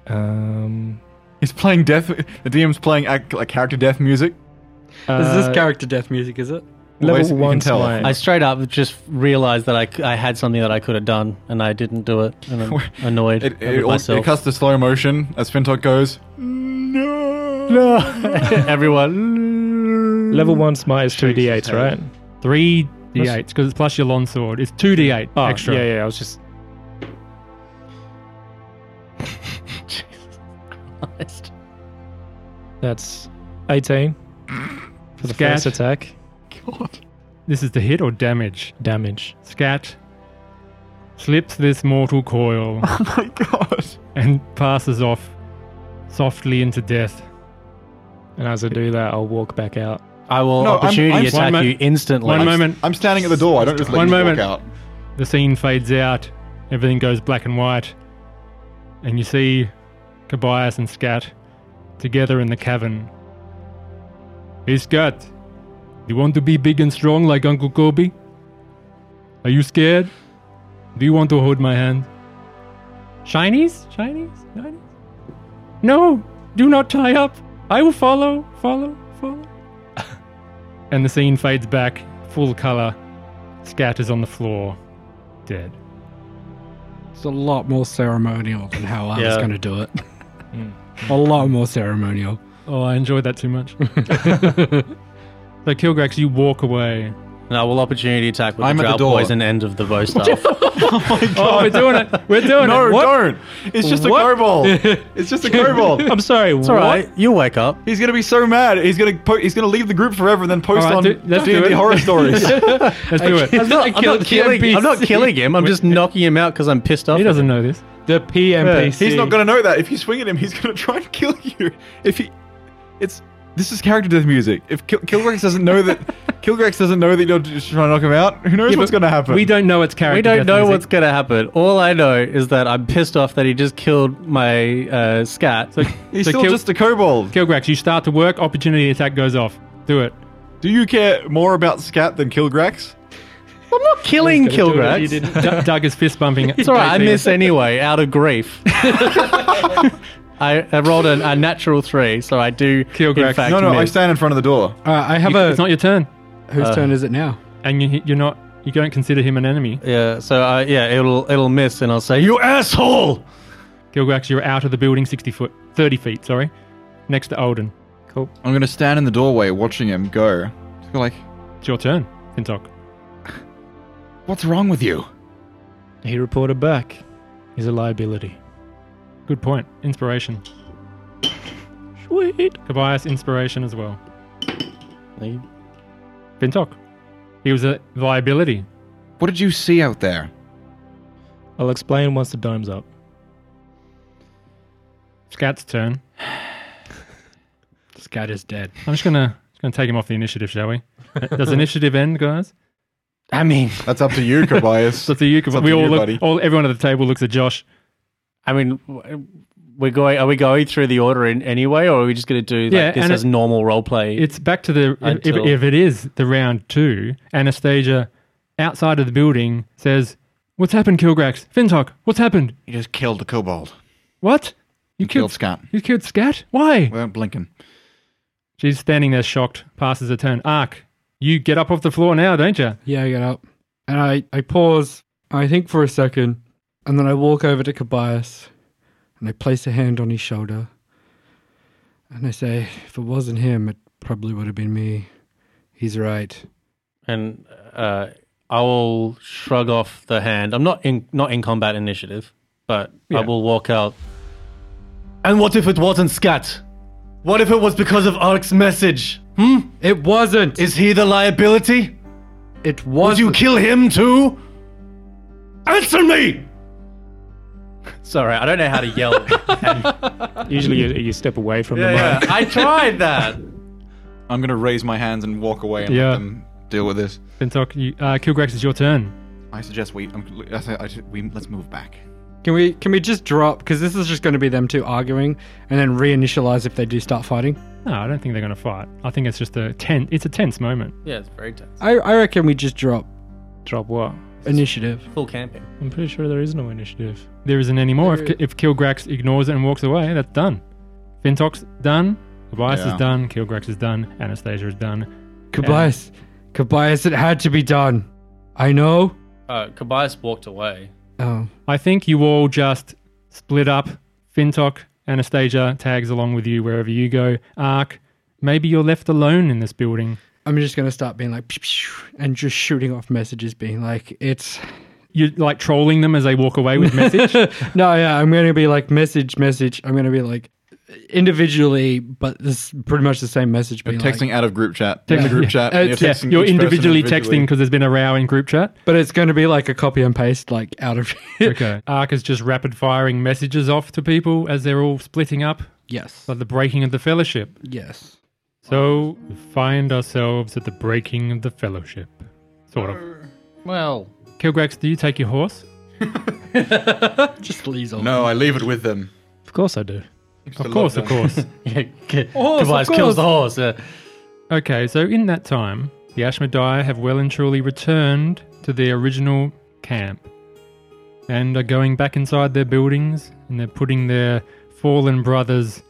Speaker 1: Um,
Speaker 4: He's playing death. The DM's playing act, like character death music.
Speaker 5: Is
Speaker 1: uh,
Speaker 5: this character death music, is it?
Speaker 1: level
Speaker 4: Basically, you
Speaker 1: one
Speaker 4: can tell.
Speaker 1: smite.
Speaker 2: I straight up just realized that I, c- I had something that I could have done and I didn't do it, and I'm annoyed
Speaker 4: It,
Speaker 2: with
Speaker 4: it, also,
Speaker 2: myself.
Speaker 4: it cuts to slow motion as Fintok goes.
Speaker 3: [laughs]
Speaker 4: No.
Speaker 2: Everyone.
Speaker 1: level
Speaker 4: [laughs]
Speaker 1: one smite is two
Speaker 4: Shakes
Speaker 1: d8s,
Speaker 4: his head.
Speaker 1: right?
Speaker 3: Three d8s because it's plus Ah, your longsword. It's two d8
Speaker 1: Oh,
Speaker 3: extra.
Speaker 1: yeah, yeah. I was just that's 18 for the
Speaker 3: Scat.
Speaker 1: first attack
Speaker 3: This is the hit or damage.
Speaker 1: damage.
Speaker 3: Scat slips this mortal [laughs] coil
Speaker 4: my God.
Speaker 3: and passes off softly into death.
Speaker 1: And as I do that, I'll walk back out.
Speaker 2: I will
Speaker 4: No, I'm-
Speaker 2: opportunity
Speaker 4: I'm-
Speaker 2: attack
Speaker 3: One mo-
Speaker 2: you instantly.
Speaker 3: One
Speaker 4: I'm-
Speaker 3: moment,
Speaker 4: I'm standing at the door. I don't just let
Speaker 3: One
Speaker 4: you
Speaker 3: moment.
Speaker 4: walk out.
Speaker 3: the scene fades out. Everything goes black and white. And you see Kobayas and Scat together in the cavern. Hey, Scat, you want to be big and strong like Uncle Kobe? Are you scared? Do you want to hold my hand? Shinies? Shinies? Shinies? No! Do not tie up! I will follow, follow, follow. [laughs] and the scene fades back, full color. Scat is on the floor, dead.
Speaker 5: It's a lot more ceremonial than how I was
Speaker 2: Yeah.
Speaker 5: going
Speaker 3: [laughs]
Speaker 5: to do it. a lot more ceremonial.
Speaker 3: Oh, I enjoyed that too much. so, Kilgrax, you walk away.
Speaker 2: and I will opportunity attack with
Speaker 9: I'm
Speaker 2: the
Speaker 9: at the
Speaker 2: drow
Speaker 9: door.
Speaker 2: poison end of the bow staff.
Speaker 3: Oh, we're doing it. We're doing
Speaker 4: No,
Speaker 3: it. What?
Speaker 4: don't. It's just
Speaker 3: [laughs]
Speaker 4: a kobold. it's just a kobold.
Speaker 1: I'm sorry,
Speaker 2: it's
Speaker 1: what?
Speaker 2: all right. You wake up.
Speaker 4: He's gonna be so mad. He's gonna po- he's gonna leave the group forever and then post
Speaker 3: All right,
Speaker 4: on
Speaker 3: do- let's do
Speaker 4: D&D
Speaker 3: it.
Speaker 4: horror
Speaker 3: [laughs]
Speaker 4: stories.
Speaker 3: Let's do
Speaker 2: [laughs]
Speaker 3: it.
Speaker 2: I'm
Speaker 3: [laughs]
Speaker 2: not, I'm not killing, I'm not killing him. I'm just knocking him out because I'm pissed off.
Speaker 3: He
Speaker 2: at
Speaker 3: doesn't
Speaker 2: him.
Speaker 3: know this.
Speaker 5: The PMPC.
Speaker 4: he's not gonna know that. If you swing at him, he's gonna [laughs] try and kill you. If he, it's this is character death music. If Kil- Kilgrex doesn't know that Kilgrex doesn't know that you're just trying to knock him out, who knows
Speaker 3: Yeah,
Speaker 4: what's
Speaker 3: but
Speaker 4: gonna happen?
Speaker 3: We don't know it's character.
Speaker 2: We don't
Speaker 3: death
Speaker 2: know
Speaker 3: music.
Speaker 2: what's going to happen. All I know is that I'm pissed off that he just killed my uh, scat. [laughs] So
Speaker 4: He's
Speaker 3: So
Speaker 4: still
Speaker 3: Kil-
Speaker 4: just a kobold.
Speaker 3: Kilgrax, you start to work. Opportunity attack goes off. Do it.
Speaker 4: Do you care more about Scat than Kilgrex?
Speaker 2: I'm not killing
Speaker 1: You
Speaker 2: Kilgrax.
Speaker 1: didn't-
Speaker 3: D- Doug is fist bumping.
Speaker 2: [laughs] It's all right.
Speaker 3: [laughs]
Speaker 2: I miss anyway, out of grief. [laughs] I, I rolled an, a natural three, so I do.
Speaker 3: Kilgrax.
Speaker 2: In fact,
Speaker 4: No, no. I
Speaker 2: miss.
Speaker 4: stand in front of the door.
Speaker 5: All right, Uh, I have
Speaker 3: You-
Speaker 5: a.
Speaker 3: it's not uh, your turn,
Speaker 5: whose turn is it now?
Speaker 3: and you, you're not. You don't consider him an enemy.
Speaker 2: yeah. So uh, yeah, it'll it'll miss, and I'll say you asshole.
Speaker 3: Kilgrax, you're out of the building, sixty foot, thirty feet. Sorry, next to Alden.
Speaker 9: I'm gonna stand in the doorway watching him go. Just go like,
Speaker 3: It's your turn, Fintok.
Speaker 9: what's wrong with you?
Speaker 1: He reported back. He's a liability.
Speaker 3: Good point. Inspiration.
Speaker 1: Sweet.
Speaker 3: Kobayas, inspiration as well.
Speaker 2: You
Speaker 3: Fintok. He was a liability.
Speaker 9: What did you see out there?
Speaker 1: I'll explain once the dome's up.
Speaker 3: Scat's turn.
Speaker 5: Scat is dead.
Speaker 3: I'm just gonna just gonna take him off the initiative, shall we? Does initiative end, guys?
Speaker 2: I mean,
Speaker 4: That's up to you,
Speaker 3: So
Speaker 4: Kobayas.
Speaker 3: to you,
Speaker 4: up
Speaker 3: we
Speaker 4: to
Speaker 3: all
Speaker 4: you,
Speaker 3: look.
Speaker 4: buddy.
Speaker 3: All everyone at the table looks at Josh.
Speaker 2: I mean, w- We're going. Are we going through the order in anyway, or are we just going to do like,
Speaker 3: Yeah,
Speaker 2: this
Speaker 3: and
Speaker 2: as
Speaker 3: it-
Speaker 2: normal role play?
Speaker 3: It's back to the if, if-
Speaker 2: Until-
Speaker 3: if it is the round two. Anastasia, outside of the building, says, "What's happened, Kilgrax? Fintok, what's happened?
Speaker 4: You just killed the kobold.
Speaker 3: What? You
Speaker 4: You killed Scat
Speaker 3: You killed Scat? Why?"
Speaker 4: without blinking.
Speaker 3: She's standing there, shocked. Passes her turn. Ark, you get up off the floor now, don't you?
Speaker 5: Yeah, I get up. And I, I pause, I think for a second, and then I walk over to Kobayas and I place a hand on his shoulder. And I say, if it wasn't him, it probably would have been me. He's right.
Speaker 2: and uh, I will shrug off the hand. I'm not in not in combat initiative, but I will walk out. And what if it wasn't Scat? What if it was because of Ark's message? Hmm?
Speaker 5: It wasn't.
Speaker 2: Is he the liability?
Speaker 5: It
Speaker 2: Would
Speaker 5: was
Speaker 2: you kill him too? Answer me! [laughs] Sorry, I don't know how to yell. [laughs]
Speaker 1: Usually you, you step away from the
Speaker 2: yeah,
Speaker 1: mic.
Speaker 2: I tried that.
Speaker 7: I'm gonna raise my hands and walk away and
Speaker 3: Yeah.
Speaker 7: let them deal with this.
Speaker 3: Fintok, you, uh, Kilgrax, it's your turn.
Speaker 4: I suggest we. Um, I say, I, we let's move back.
Speaker 5: Can we can we just drop because this is just going to be them two arguing and then reinitialize if they do start fighting.
Speaker 3: No, I don't think they're going to fight. I think it's just a tense. It's a tense moment.
Speaker 2: [laughs] Yeah, it's very tense.
Speaker 5: I I reckon we just drop
Speaker 1: Drop what?
Speaker 5: initiative.
Speaker 2: Full camping.
Speaker 1: I'm pretty sure there is no initiative.
Speaker 3: There isn't any more. If, Ki- if Kilgrax ignores it and walks away, that's done. Fintok's done. Tobias
Speaker 4: Yeah.
Speaker 3: is done. Kilgrax is done. Anastasia is done.
Speaker 5: Kobayas, Kobayas, it had to be done. I know.
Speaker 2: Uh, Kobayas walked away.
Speaker 5: Oh,
Speaker 3: I think you all just split up. Fintok, Anastasia tags along with you wherever you go. Ark, maybe you're left alone in this building.
Speaker 5: I'm just going to start being like pew, pew, and just shooting off messages, being like it's [laughs]
Speaker 3: You're like trolling them as they walk away with message.
Speaker 5: no, yeah. I'm going to be like message, message. I'm going to be like individually, but this is pretty much the same message.
Speaker 7: You're
Speaker 5: Being like,
Speaker 7: texting out of group chat.
Speaker 3: Yeah.
Speaker 7: In group
Speaker 3: Yeah.
Speaker 7: chat.
Speaker 5: Uh,
Speaker 7: and
Speaker 3: yeah,
Speaker 7: texting
Speaker 3: you're
Speaker 7: each person
Speaker 3: individually, texting because there's been a row in group chat.
Speaker 5: but it's going to be like a copy and paste, like out of [laughs]
Speaker 3: Okay. Ark is just rapid firing messages off to people as they're all splitting up,
Speaker 5: yes,
Speaker 3: like the breaking of the fellowship.
Speaker 5: yes.
Speaker 3: So we find ourselves at the breaking of the fellowship. Sort of.
Speaker 4: Well,
Speaker 3: Kilgrax, do you take your horse?
Speaker 5: Just leaves off.
Speaker 7: No, I leave it with them.
Speaker 1: Of course I do.
Speaker 3: Of course, of course.
Speaker 2: [laughs] Yeah, K-
Speaker 5: Horse, of
Speaker 2: Kobayas
Speaker 5: course.
Speaker 2: kills the horse. yeah.
Speaker 3: okay, so in that time, the Ashmedai have well and truly returned to their original camp and are going back inside their buildings and they're putting their fallen brothers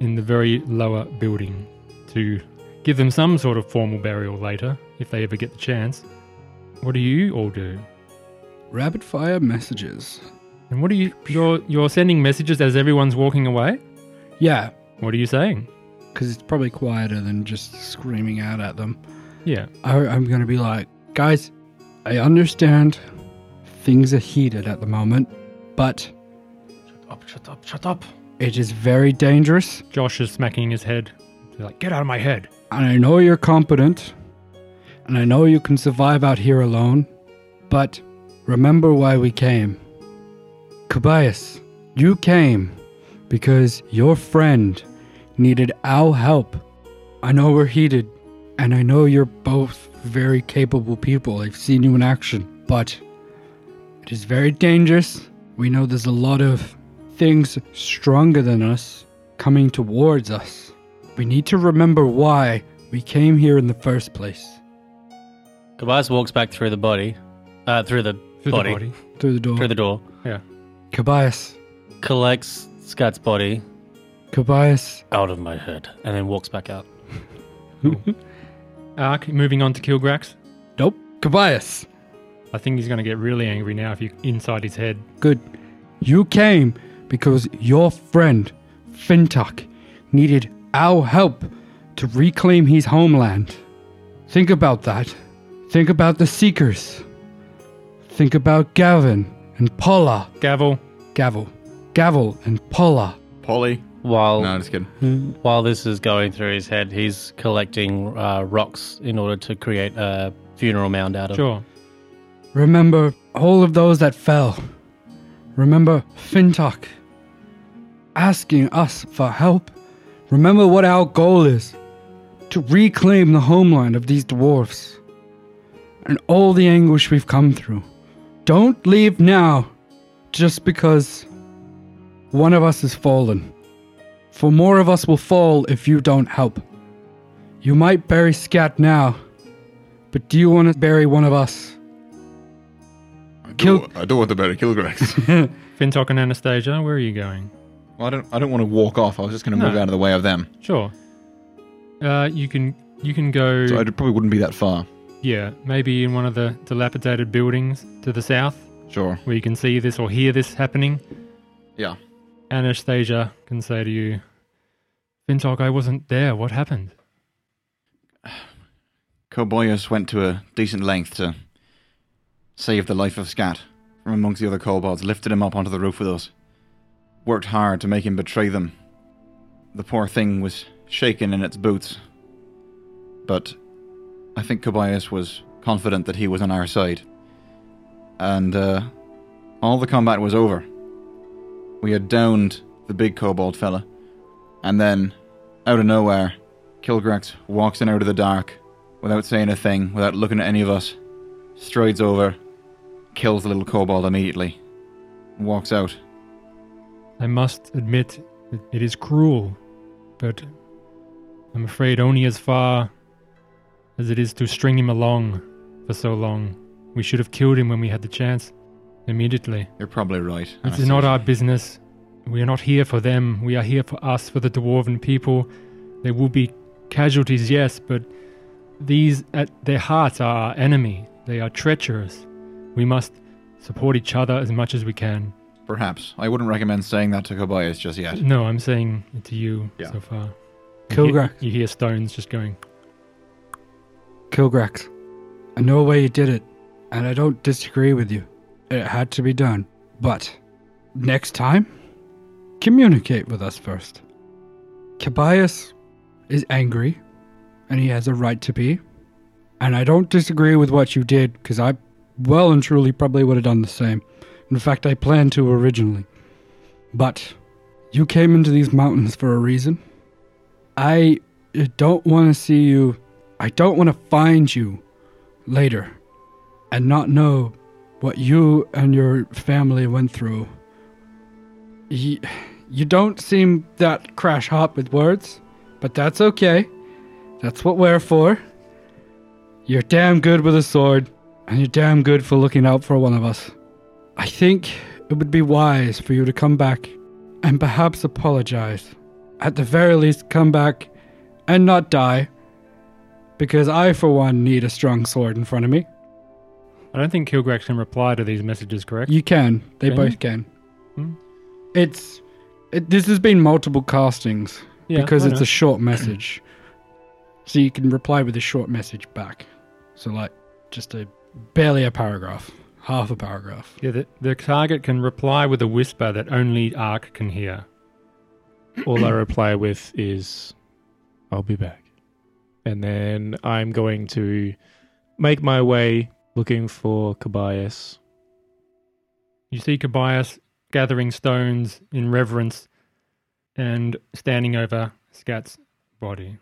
Speaker 3: in the very lower building to give them some sort of formal burial later if they ever get the chance. What do you all do?
Speaker 5: Rapid fire messages.
Speaker 3: And what are you you're you're sending messages as everyone's walking away?
Speaker 5: Yeah,
Speaker 3: What are you saying?
Speaker 5: because it's probably quieter than just screaming out at them.
Speaker 3: Yeah.
Speaker 5: I, I'm going to be like, guys, I understand things are heated at the moment, but. Shut up, shut up, shut up. It is very dangerous,
Speaker 3: Josh is smacking his head. He's like, get out of my head.
Speaker 5: and I know you're competent, and I know you can survive out here alone, but remember why we came. Kobayas, you came because your friend needed our help. I know we're heated, and I know you're both very capable people. I've seen you in action, but it is very dangerous. We know there's a lot of things stronger than us coming towards us. We need to remember why we came here in the first place.
Speaker 2: Kobayas walks back through the body, uh, through the
Speaker 3: Through
Speaker 2: body,
Speaker 3: the body.
Speaker 5: Through the door.
Speaker 2: through the door.
Speaker 5: Kobayas,
Speaker 2: Collects Scat's body
Speaker 5: Kobayas,
Speaker 2: out of my head, and then walks back out.
Speaker 3: Ark, Uh, moving on to Kilgrax.
Speaker 5: nope. Kobayas,
Speaker 3: I think he's going to get really angry now if you inside his head.
Speaker 5: good. You came because your friend, Fintuck, needed our help to reclaim his homeland. Think about that. Think about the Seekers. Think about Gavin and Paula.
Speaker 3: Gavel.
Speaker 5: Gavel. Gavel and Paula.
Speaker 7: Polly.
Speaker 2: While mm,
Speaker 7: No, just kidding.
Speaker 2: while this is going through his head, he's collecting uh, rocks in order to create a funeral mound out of.
Speaker 3: Sure.
Speaker 5: Remember all of those that fell. Remember Fintok asking us for help. Remember what our goal is to reclaim the homeland of these dwarfs and all the anguish we've come through. Don't leave now just because One of us is fallen. For more of us will fall if you don't help. You might bury Scat now, but do you want to bury one of us?
Speaker 10: I
Speaker 5: Kill-
Speaker 10: do, I do want to bury
Speaker 7: [laughs]
Speaker 10: Kilgrax.
Speaker 3: Fintok and Anastasia, where are you going?
Speaker 4: Well, I don't. I don't want to walk off. I was just going to
Speaker 3: No.
Speaker 4: move out of the way of them.
Speaker 3: Sure. Uh, you can you can go.
Speaker 4: So I probably wouldn't be that far.
Speaker 3: yeah, maybe in one of the dilapidated buildings to the south,
Speaker 4: Sure.
Speaker 3: where you can see this or hear this happening.
Speaker 4: Yeah.
Speaker 3: Anastasia can say to you, Fintok, I wasn't there. What happened?
Speaker 4: Koboyos went to a decent length to save the life of Scat from amongst the other kobolds, lifted him up onto the roof with us, worked hard to make him betray them. The poor thing was shaken in its boots, but I think Kobayas was confident that he was on our side. And uh, all the combat was over. We had downed the big kobold fella, and then, out of nowhere, Kilgrax walks in out of the dark without saying a thing, without looking at any of us, strides over, kills the little kobold immediately, and walks out.
Speaker 3: I must admit that it is cruel, but I'm afraid only as far as it is to string him along for so long. We should have killed him when we had the chance. Immediately.
Speaker 4: You're probably right.
Speaker 3: This
Speaker 4: Anastasia.
Speaker 3: is not our business. We are not here for them. We are here for us, for the dwarven people. There will be casualties, yes, but these at their hearts are our enemy. They are treacherous. We must support each other as much as we can.
Speaker 4: Perhaps. I wouldn't recommend saying that to Kobayas just yet.
Speaker 3: No, I'm saying it to you
Speaker 4: Yeah.
Speaker 3: so far. You hear,
Speaker 5: Kilgrax.
Speaker 3: you hear stones just going.
Speaker 5: Kilgrax. I know a way you did it, and I don't disagree with you. It had to be done. But next time, communicate with us first. Cabias is angry, and he has a right to be. And I don't disagree with what you did, because I well and truly probably would have done the same. In fact, I planned to originally. But you came into these mountains for a reason. I uh, don't want to see you I don't want to find you later and not know what you and your family went through. You, you don't seem that crash hot with words, but that's okay. That's what we're for. You're damn good with a sword, and you're damn good for looking out for one of us. I think it would be wise for you to come back and perhaps apologize. At the very least, come back and not die because I, for one, need a strong sword in front of me.
Speaker 3: I don't think Kilgrax can reply to these messages, correct?
Speaker 5: You can. They
Speaker 3: Can
Speaker 5: both can.
Speaker 3: Hmm.
Speaker 5: It's. It, this has been multiple castings
Speaker 3: yeah,
Speaker 5: because
Speaker 3: I
Speaker 5: it's
Speaker 3: know.
Speaker 5: a short message. so you can reply with a short message back. So, like, just a barely a paragraph, half a paragraph.
Speaker 3: Yeah, the, the target can reply with a whisper that only Ark can hear.
Speaker 1: All I reply with is, I'll be back. And then I'm going to make my way looking for Kobayas.
Speaker 3: You see Kobayas gathering stones in reverence and standing over Scat's body.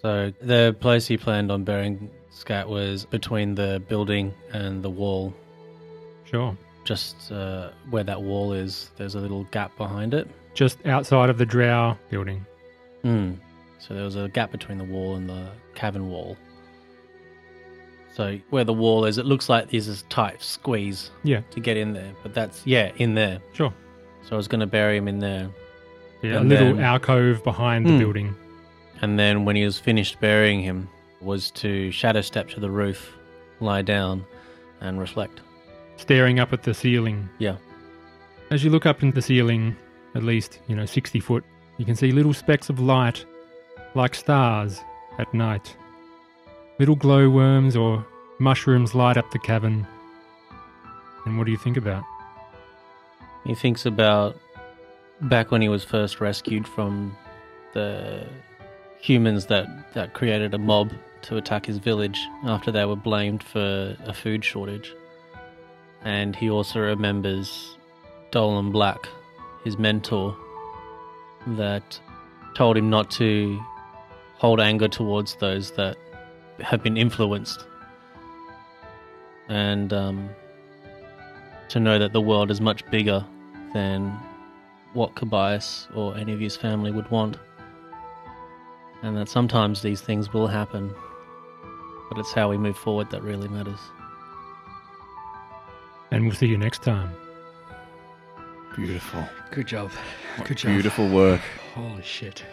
Speaker 2: So the place he planned on burying Scat was between the building and the wall.
Speaker 3: Sure.
Speaker 2: Just uh, where that wall is, there's a little gap behind it.
Speaker 3: Just outside of the Drow building.
Speaker 2: Mm. So there was a gap between the wall and the cavern wall. So where the wall is, it looks like there's this tight squeeze
Speaker 3: Yeah.
Speaker 2: to get in there. But that's yeah, in there.
Speaker 3: Sure.
Speaker 2: So I was gonna bury him in there.
Speaker 3: Yeah, a
Speaker 2: And
Speaker 3: little
Speaker 2: then-
Speaker 3: alcove behind the
Speaker 2: Hmm.
Speaker 3: building.
Speaker 2: And then when he was finished burying him was to shadow step to the roof, lie down and reflect.
Speaker 3: staring up at the ceiling.
Speaker 2: Yeah.
Speaker 3: As you look up into the ceiling, at least, you know, 60 foot, you can see little specks of light, like stars at night. Little glowworms or mushrooms light up the cavern. And what do you think about?
Speaker 2: He thinks about back when he was first rescued from the humans that, that created a mob to attack his village after they were blamed for a food shortage. And he also remembers Dolan Black, his mentor, that told him not to hold anger towards those that have been influenced. And um, to know that the world is much bigger than
Speaker 11: what Cobias or any of his family would want. And that sometimes these things will happen, but it's how we move forward that really matters.
Speaker 3: And we'll see you next time.
Speaker 4: Beautiful.
Speaker 5: Good job.
Speaker 4: What
Speaker 5: Good job.
Speaker 4: beautiful
Speaker 10: [laughs]
Speaker 4: work.
Speaker 5: Holy shit.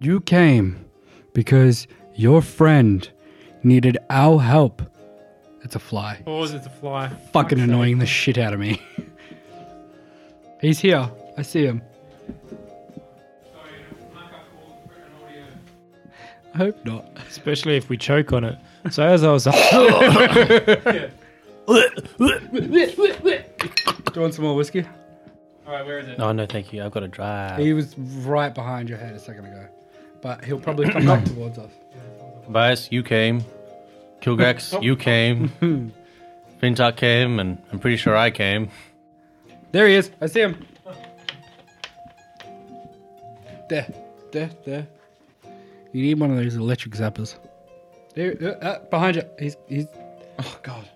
Speaker 5: You came because your friend needed our help. It's a fly.
Speaker 3: Pause, it's a fly.
Speaker 5: Fucking annoying the shit out of me. He's here. I see him. I hope not.
Speaker 1: especially if we choke on it. So as I was, [laughs]
Speaker 5: Do you want some more whiskey?
Speaker 11: No, no, thank you. I've got a drive.
Speaker 5: He was right behind your head a second ago, but he'll probably come up towards us.
Speaker 2: Tobias, you came.
Speaker 11: [laughs]
Speaker 2: Kilgrex, you came. Fintuck came, and I'm pretty sure I came.
Speaker 5: There he is. I see him. There, there, there. You need one of those electric zappers. There, there, uh, behind you. He's, he's. Oh God.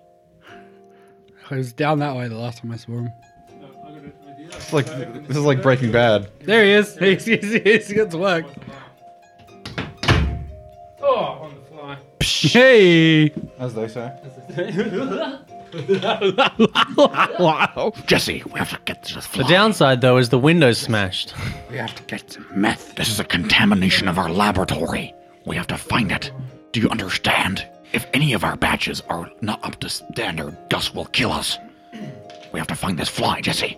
Speaker 5: I was down that way the last time I saw him.
Speaker 7: It's like this is like Breaking Bad.
Speaker 5: There he is. He's, he's, he's got to work.
Speaker 3: Oh, on the fly.
Speaker 5: Hey.
Speaker 7: As they
Speaker 4: [laughs]
Speaker 7: say.
Speaker 10: Jesse, we have to get to the
Speaker 2: The
Speaker 10: fly.
Speaker 2: downside, though, is the window's smashed.
Speaker 5: We have to get some.
Speaker 10: Meth, this is a contamination of our laboratory. We have to find it. Do you understand? If any of our batches are not up to standard, Gus will kill us. We have to find this fly, Jesse.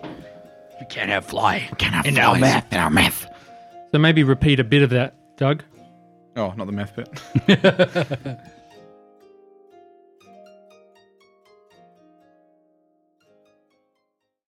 Speaker 10: We can't have fly. We can't have in our meth. In our meth.
Speaker 3: So maybe repeat a bit of that, Doug.
Speaker 7: Oh, not the meth bit.